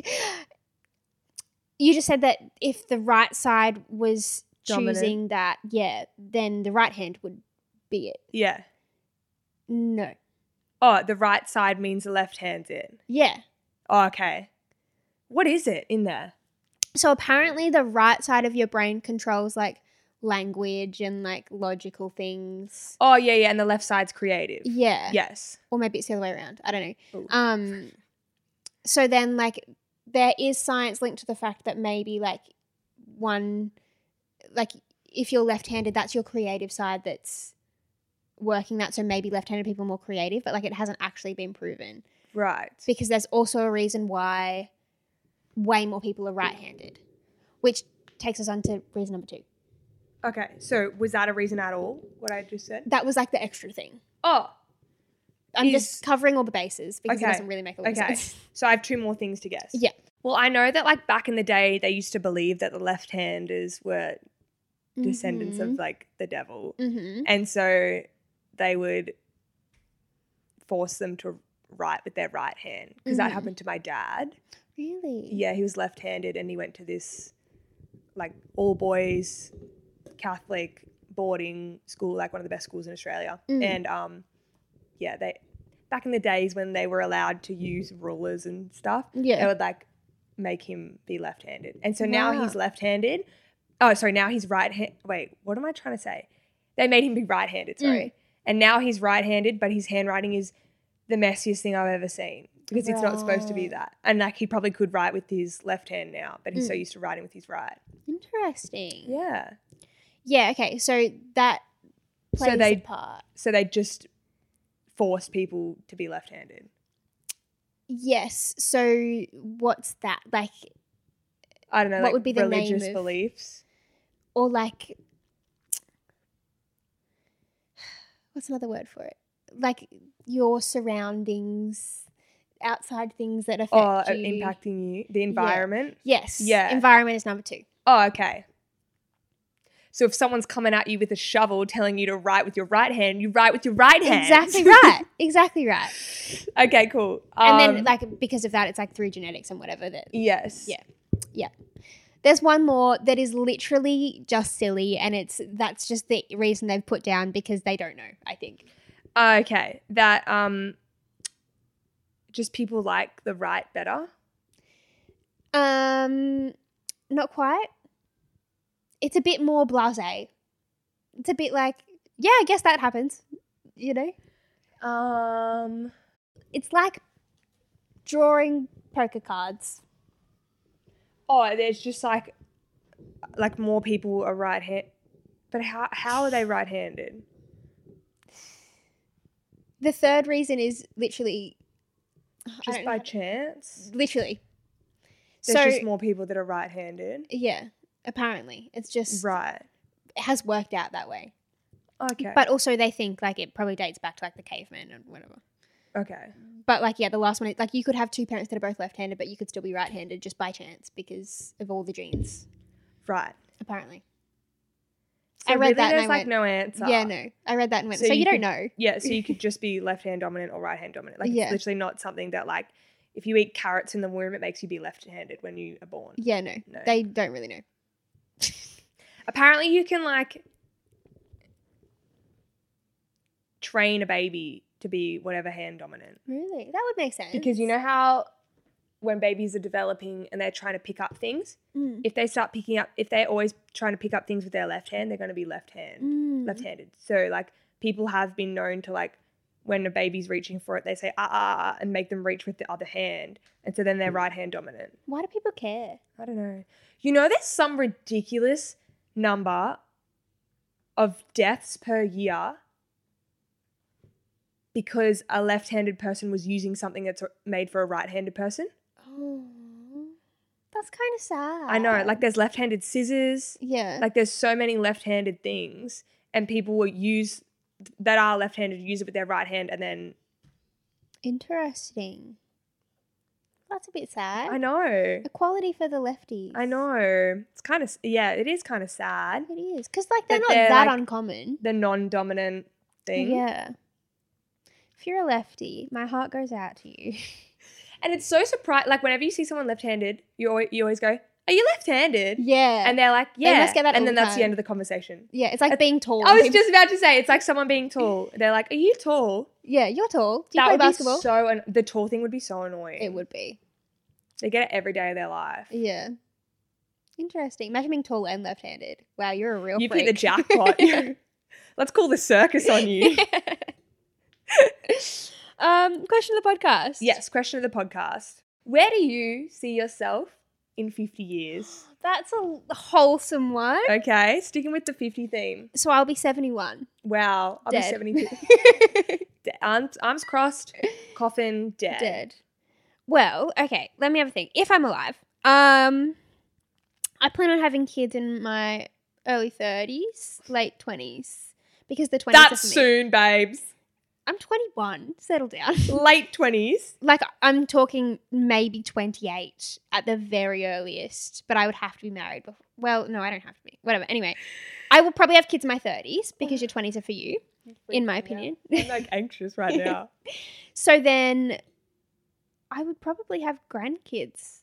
S3: you just said that if the right side was
S2: Dominant.
S3: choosing that, yeah, then the right hand would be it.
S2: Yeah.
S3: No.
S2: Oh, the right side means the left hand's in.
S3: Yeah.
S2: Oh, okay. What is it in there?
S3: So apparently, the right side of your brain controls like language and like logical things.
S2: Oh, yeah, yeah. And the left side's creative.
S3: Yeah.
S2: Yes.
S3: Or maybe it's the other way around. I don't know.
S2: Ooh.
S3: Um. So then, like, there is science linked to the fact that maybe like one, like, if you're left-handed, that's your creative side that's working that. So maybe left-handed people are more creative, but like it hasn't actually been proven
S2: Right.
S3: because there's also a reason why way more people are right-handed, which takes us on to reason number two.
S2: Okay. So was that a reason at all, what I just said?
S3: that was like the extra thing.
S2: Oh,
S3: I'm
S2: Is-
S3: just covering all the bases because it
S2: Okay.
S3: doesn't really make a lot of
S2: okay.
S3: sense.
S2: So I have two more things to guess.
S3: Yeah.
S2: Well, I know that like back in the day, they used to believe that the left handers were descendants of like the devil.
S3: Mm-hmm.
S2: And so they would force them to write with their right hand because that
S3: Mhm.
S2: happened to my dad.
S3: Really?
S2: Yeah, he was left handed and he went to this like all boys Catholic boarding school, like one of the best schools in Australia.
S3: Mm.
S2: And um, yeah, they back in the days when they were allowed to use rulers and stuff, they
S3: Yeah.
S2: would like make him be left handed. And so now
S3: Wow.
S2: he's left handed. Oh, sorry, now he's right hand. Wait, what am I trying to say? They made him be right
S3: Mm.
S2: handed, sorry. And now he's right handed, but his handwriting is the messiest thing I've ever seen because it's not supposed to be
S3: Right.
S2: that. And like he probably could write with his left hand now, but he's so used to writing with his right.
S3: Interesting. Mm. Yeah.
S2: Yeah.
S3: Okay. So that
S2: So
S3: plays
S2: they-
S3: a part.
S2: So they just force people to be left handed.
S3: Yes. So what's that like?
S2: I don't know.
S3: What
S2: like
S3: would be the name
S2: religious
S3: of-
S2: beliefs?
S3: Or like, what's another word for it? Like your surroundings, outside things that affect
S2: Or
S3: you.
S2: impacting you, the environment.
S3: Yes.
S2: Oh, uh, Yeah.
S3: Environment is number two.
S2: Oh, okay. So if someone's coming at you with a shovel telling you to write with your right hand, you write with your right hand.
S3: Exactly right. exactly right.
S2: okay, cool.
S3: and then
S2: Um,
S3: like because of that it's like through genetics and whatever that
S2: yes.
S3: Yeah. there's one more that is literally just silly and it's that's just the reason they've put down because they don't know i think
S2: Okay. That um just people like the right better.
S3: um not quite it's a bit more blasé it's a bit like yeah i guess that happens you know
S2: Um
S3: it's like drawing poker cards
S2: oh, there's just like like more people are right hand but how how are they right handed?
S3: the third reason is literally I
S2: Just
S3: don't
S2: by
S3: know.
S2: chance?
S3: literally
S2: There's
S3: so
S2: just more people that are right handed.
S3: yeah apparently it's just
S2: Right.
S3: it has worked out that way.
S2: Okay.
S3: But also, they think like it probably dates back to like the caveman and whatever.
S2: okay.
S3: But like, yeah, the last one, like you could have two parents that are both left-handed, but you could still be right-handed just by chance because of all the genes,
S2: Right.
S3: apparently.
S2: So
S3: I read
S2: really
S3: that and
S2: there's
S3: I
S2: like
S3: went,
S2: no answer.
S3: Yeah, no, I read that and went.
S2: So
S3: So,
S2: you
S3: you, don't
S2: could-
S3: know.
S2: Yeah, so you could just be left hand dominant or right hand dominant. Like
S3: Yeah.
S2: it's literally not something that like if you eat carrots in the womb, it makes you be left handed when you are born.
S3: Yeah, no,
S2: No.
S3: they don't really know.
S2: Apparently you can like train a baby to be whatever hand dominant.
S3: Really, that would make sense
S2: Because you know how when babies are developing and they're trying to pick up things,
S3: Mm.
S2: if they start picking up if they're always trying to pick up things with their left hand, they're gonna be left hand.
S3: Mm.
S2: left-handed. So like people have been known to like when a baby's reaching for it, they say ah ah, ah and make them reach with the other hand, and so then
S3: Mm.
S2: they're right hand dominant.
S3: Why do people care?
S2: I don't know. You know, there's some ridiculous number of deaths per year because a left-handed person was using something that's made for a right-handed person.
S3: Oh, that's kind of sad.
S2: I know, like there's left-handed scissors,
S3: yeah,
S2: like there's so many left-handed things, and people will use that are left-handed use it with their right hand, and then
S3: interesting. That's a bit sad.
S2: I know,
S3: Equality for the lefties.
S2: I know, it's kind of yeah, it is kind of sad.
S3: It is because like they're
S2: That
S3: not
S2: they're,
S3: that
S2: like,
S3: uncommon.
S2: The non-dominant thing,
S3: Yeah. If you're a lefty, my heart goes out to you.
S2: and it's so surprising. Like whenever you see someone left-handed, you always, you always go, "Are you left-handed?"
S3: yeah.
S2: And they're like, "Yeah,"
S3: must get that all
S2: and then
S3: the
S2: that's the
S3: time.
S2: end of the conversation.
S3: yeah, it's like being tall.
S2: I was
S3: People-
S2: just about to say, it's like someone being tall. They're like, "Are you tall?"
S3: yeah, you're tall. Do you
S2: that
S3: play
S2: would
S3: basketball?
S2: be so. An- the tall thing would be so annoying.
S3: it would be.
S2: They get it every day of their life.
S3: Yeah. Interesting. Imagine being tall and left-handed. Wow, you're a real.
S2: You've
S3: freak.
S2: hit the jackpot. Let's call the circus on you.
S3: um, question of the podcast.
S2: yes. Question of the podcast: Where do you see yourself in fifty years?
S3: that's a wholesome one.
S2: Okay, sticking with the fifty theme.
S3: So I'll be seventy-one.
S2: Wow, I'll
S3: Dead.
S2: be seventy-two. De- arms, arms crossed, coffin dead.
S3: Dead. Well, okay. Let me have a think. If I'm alive, um, I plan on having kids in my early thirties, late twenties, because the twenties.
S2: That's soon, babes.
S3: I'm 21. Settle down.
S2: Late twenties.
S3: like I'm talking maybe 28 at the very earliest, but I would have to be married before. Well, no, I don't have to be. Whatever. Anyway, I will probably have kids in my 30s because your 20s are for you, in my opinion.
S2: I'm like anxious right now.
S3: so then I would probably have grandkids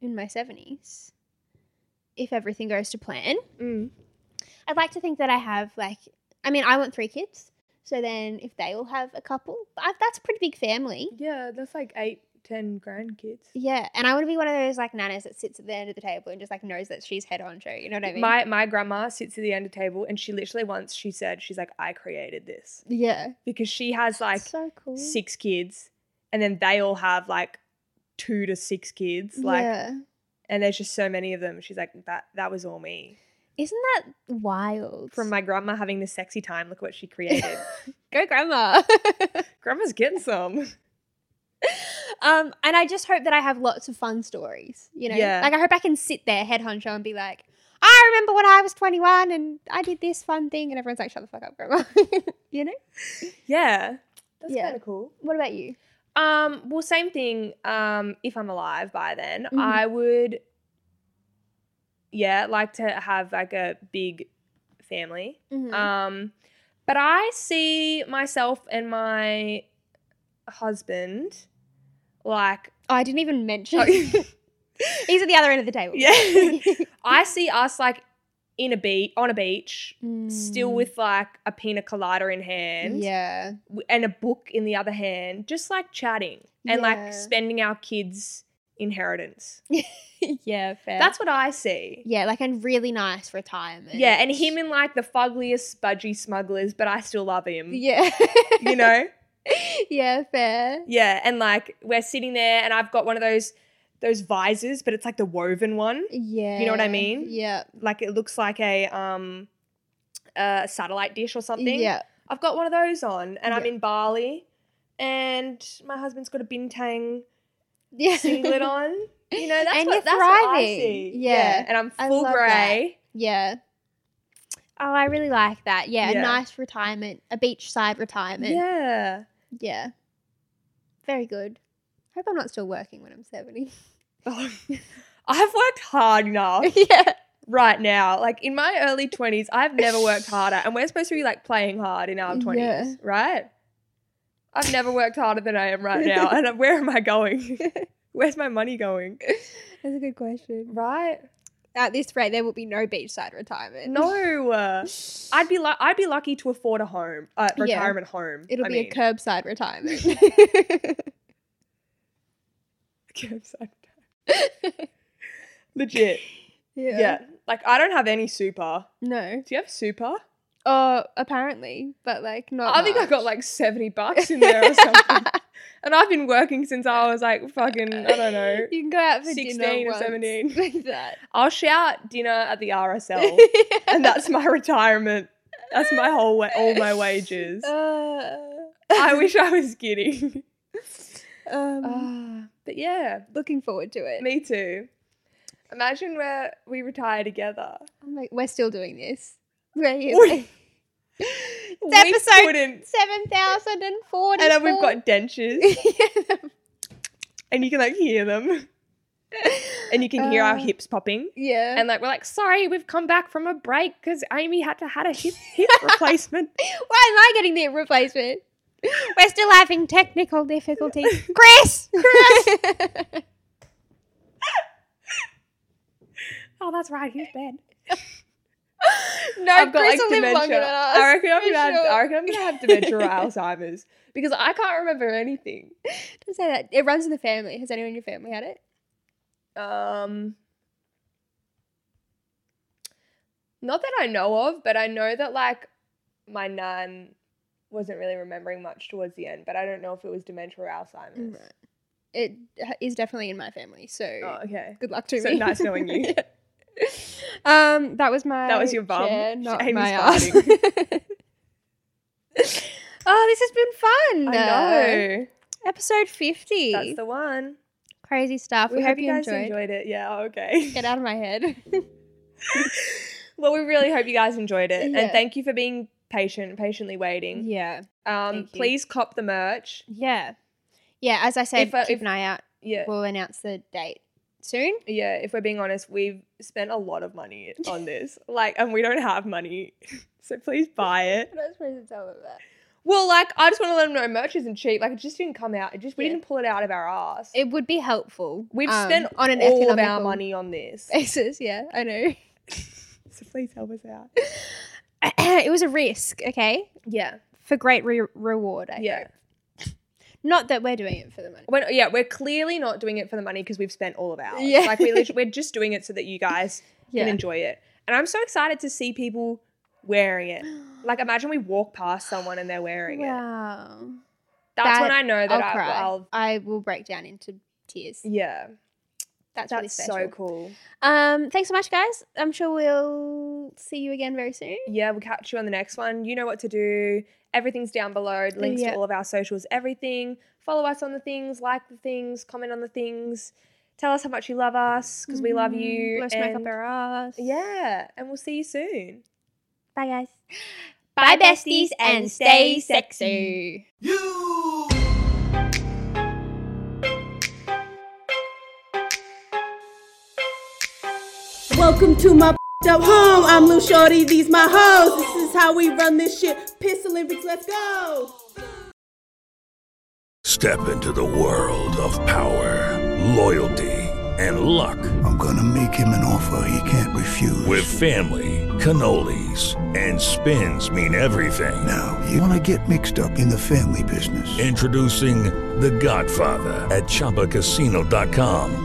S3: in my 70s if everything goes to plan.
S2: Mm.
S3: I'd like to think that I have like I mean, I want 3 kids. So then if they all have a couple, I, that's a pretty big family.
S2: Yeah, that's like eight, ten grandkids.
S3: Yeah, and I want to be one of those like nanas that sits at the end of the table and just like knows that she's head on show. You know what I mean?
S2: My my grandma sits at the end of the table and she literally once she said she's like I created this
S3: yeah,
S2: because she has like
S3: so cool.
S2: six kids and then they all have like two to six kids like
S3: yeah,
S2: and there's just so many of them she's like that that was all me
S3: isn't that wild?
S2: from my grandma having this sexy time look what she created
S3: go grandma.
S2: grandma's getting some
S3: um, and I just hope that I have lots of fun stories. You know,
S2: Yeah.
S3: like I hope I can sit there head honcho and be like, I remember when I was twenty one and I did this fun thing, and everyone's like, shut the fuck up, grandma. you know?
S2: yeah that's
S3: Yeah.
S2: kind of cool
S3: What about you?
S2: Um, well, same thing. Um, if I'm alive by then,
S3: Mhm.
S2: I would, yeah, like to have like a big family.
S3: Mhm.
S2: Um, but I see myself and my husband, like,
S3: Oh, I didn't even mention.
S2: Oh.
S3: He's at the other end of the table.
S2: yeah, I see us like in a beach on a beach, still
S3: Mm.
S2: with like a pina colada in hand,
S3: Yeah.
S2: w- and a book in the other hand, just like chatting and
S3: Yeah.
S2: like spending our kids' inheritance.
S3: yeah, fair.
S2: That's what I see.
S3: yeah, like a really nice retirement.
S2: Yeah, and him in like the fuggliest, budgie smugglers, but I still love him.
S3: yeah,
S2: You know?
S3: yeah, fair.
S2: Yeah, and like we're sitting there, and I've got one of those those visors, but it's like the woven one.
S3: Yeah,
S2: know what I mean?
S3: Yeah,
S2: Like it looks like a um a satellite dish or something.
S3: yeah.
S2: I've got one of those on, and I'm
S3: Yeah.
S2: in Bali, and my husband's got a bintang
S3: Yeah,
S2: singlet on. You know, that's
S3: And
S2: what
S3: you're
S2: that's what I
S3: thriving.
S2: see.
S3: Yeah.
S2: and I'm
S3: I
S2: full
S3: love
S2: grey.
S3: yeah. Oh, I really like that. Yeah,
S2: Yeah.
S3: a nice retirement, a beachside retirement. Yeah.
S2: Yeah.
S3: very good. Hope I'm not still working when I'm seventy.
S2: I've worked hard enough.
S3: yeah,
S2: right now. Like in my early 20s, I've never worked harder. And we're supposed to be like playing hard in our 20s,
S3: Yeah.
S2: right? I've never worked harder than I am right now. And where am I going? Where's my money going?
S3: that's a good question.
S2: Right?
S3: At this rate, there will be no beachside retirement.
S2: No. uh, I'd be lu- I'd be lucky to afford a home, uh,
S3: Yeah.
S2: retirement home.
S3: it'll
S2: I
S3: be
S2: mean.
S3: a curbside retirement.
S2: Curbside. Legit. Yeah.
S3: yeah.
S2: Like I don't have any super.
S3: No.
S2: Do you have super?
S3: Oh, apparently, but like not.
S2: I think I
S3: much.
S2: got like 70 bucks in there or something. and I've been working since I was like fucking, I don't know.
S3: You can go out for
S2: 16
S3: dinner
S2: or
S3: once
S2: 17.
S3: Like that.
S2: I'll shout dinner at the RSL. and that's my retirement That's my whole wa- all my wages.
S3: Uh,
S2: I wish I was kidding. um, but yeah,
S3: looking forward to it.
S2: me too. Imagine where we retire together.
S3: I'm like, we're still doing this. We're
S2: We-
S3: It's
S2: we
S3: episode
S2: couldn't.
S3: 7040.
S2: And then we've got dentures, and you can like hear them, and you can hear our
S3: Uh,
S2: hips popping.
S3: yeah.
S2: And like we're like, sorry, we've come back from a break because Amy had to had a hip, hip replacement.
S3: Why am I getting the replacement? We're still having technical difficulties. Chris! Chris!
S2: Oh, that's right, he's dead.
S3: no,
S2: I've got
S3: Chris
S2: like
S3: will live longer
S2: dementia.
S3: than us.
S2: I reckon I'm
S3: for
S2: gonna have, I
S3: sure.
S2: reckon I'm gonna have dementia or Alzheimer's because I can't remember anything.
S3: Don't say that. It runs in the family. Has anyone in your family had it?
S2: Um, not that I know of, but I know that like my nan wasn't really remembering much towards the end, but I don't know if it was dementia or Alzheimer's.
S3: It h- is definitely in my family, so
S2: Oh, okay.
S3: good luck to
S2: So
S3: me.
S2: nice knowing you.
S3: um, that was my
S2: That was your bum.
S3: chair, not
S2: Amy's
S3: my ass. oh,
S2: farting.
S3: this has been fun.
S2: I know.
S3: Episode fifty.
S2: That's the one.
S3: Crazy stuff.
S2: We,
S3: We,
S2: hope, you guys
S3: enjoyed.
S2: enjoyed. it. Yeah, okay.
S3: Get out of my head.
S2: well, we really hope you guys enjoyed it.
S3: Yeah.
S2: And thank you for being patient, patiently waiting.
S3: yeah.
S2: Um,
S3: thank you.
S2: please cop the merch.
S3: Yeah. Yeah, as I said,
S2: If, uh,
S3: keep
S2: if-
S3: an eye out.
S2: Yeah.
S3: We'll announce the date soon.
S2: yeah, if we're being honest, we've spent a lot of money on this. Like, and we don't have money. So please buy it.
S3: not supposed to tell them that.
S2: Well, like, I just want to let them know merch isn't cheap. Like, it just didn't come out. It just, we
S3: Yeah.
S2: didn't pull it out of our ass.
S3: It would be helpful.
S2: We've
S3: um,
S2: spent on an all of our
S3: economical
S2: money on this.
S3: basis. Yeah, I know.
S2: so please help us out.
S3: it was a risk, okay,
S2: Yeah.
S3: for great re- reward. I
S2: Yeah.
S3: hope. Not that we're doing it for the money.
S2: When, yeah, we're clearly not doing it for the money because we've spent all of ours.
S3: Yeah.
S2: Like, we literally, we're just doing it so that you guys
S3: Yeah.
S2: can enjoy it. And I'm so excited to see people wearing it. Like, imagine we walk past someone and they're wearing it.
S3: Wow.
S2: That's
S3: That-
S2: when I know that
S3: I'll
S2: I,
S3: cry.
S2: I'll
S3: I will break down into tears.
S2: yeah.
S3: That's, really
S2: That's
S3: special.
S2: so cool.
S3: Um, thanks so much, guys. I'm sure we'll see you again very soon.
S2: Yeah, we'll catch you on the next one. You know what to do. Everything's down below. Links
S3: Yeah.
S2: to all of our socials, everything. Follow us on the things, like the things, comment on the things. Tell us how much you love us because we love you.
S3: Mm, Blow smoke Mm-hmm. up
S2: and-
S3: our ass.
S2: yeah, and we'll see you soon.
S3: Bye, guys.
S2: Bye, besties, and stay sexy.
S4: Welcome to my up home. I'm Lou Shorty. These my hoes. This is how we run this shit. Piss Olympics. Let's go.
S6: Step into the world of power, loyalty, and luck
S7: I'm gonna make him an offer he can't refuse.
S6: with family, cannolis, and spins mean everything.
S7: now, you wanna get mixed up in the family business.
S6: Introducing The Godfather at ChumbaCasino.com.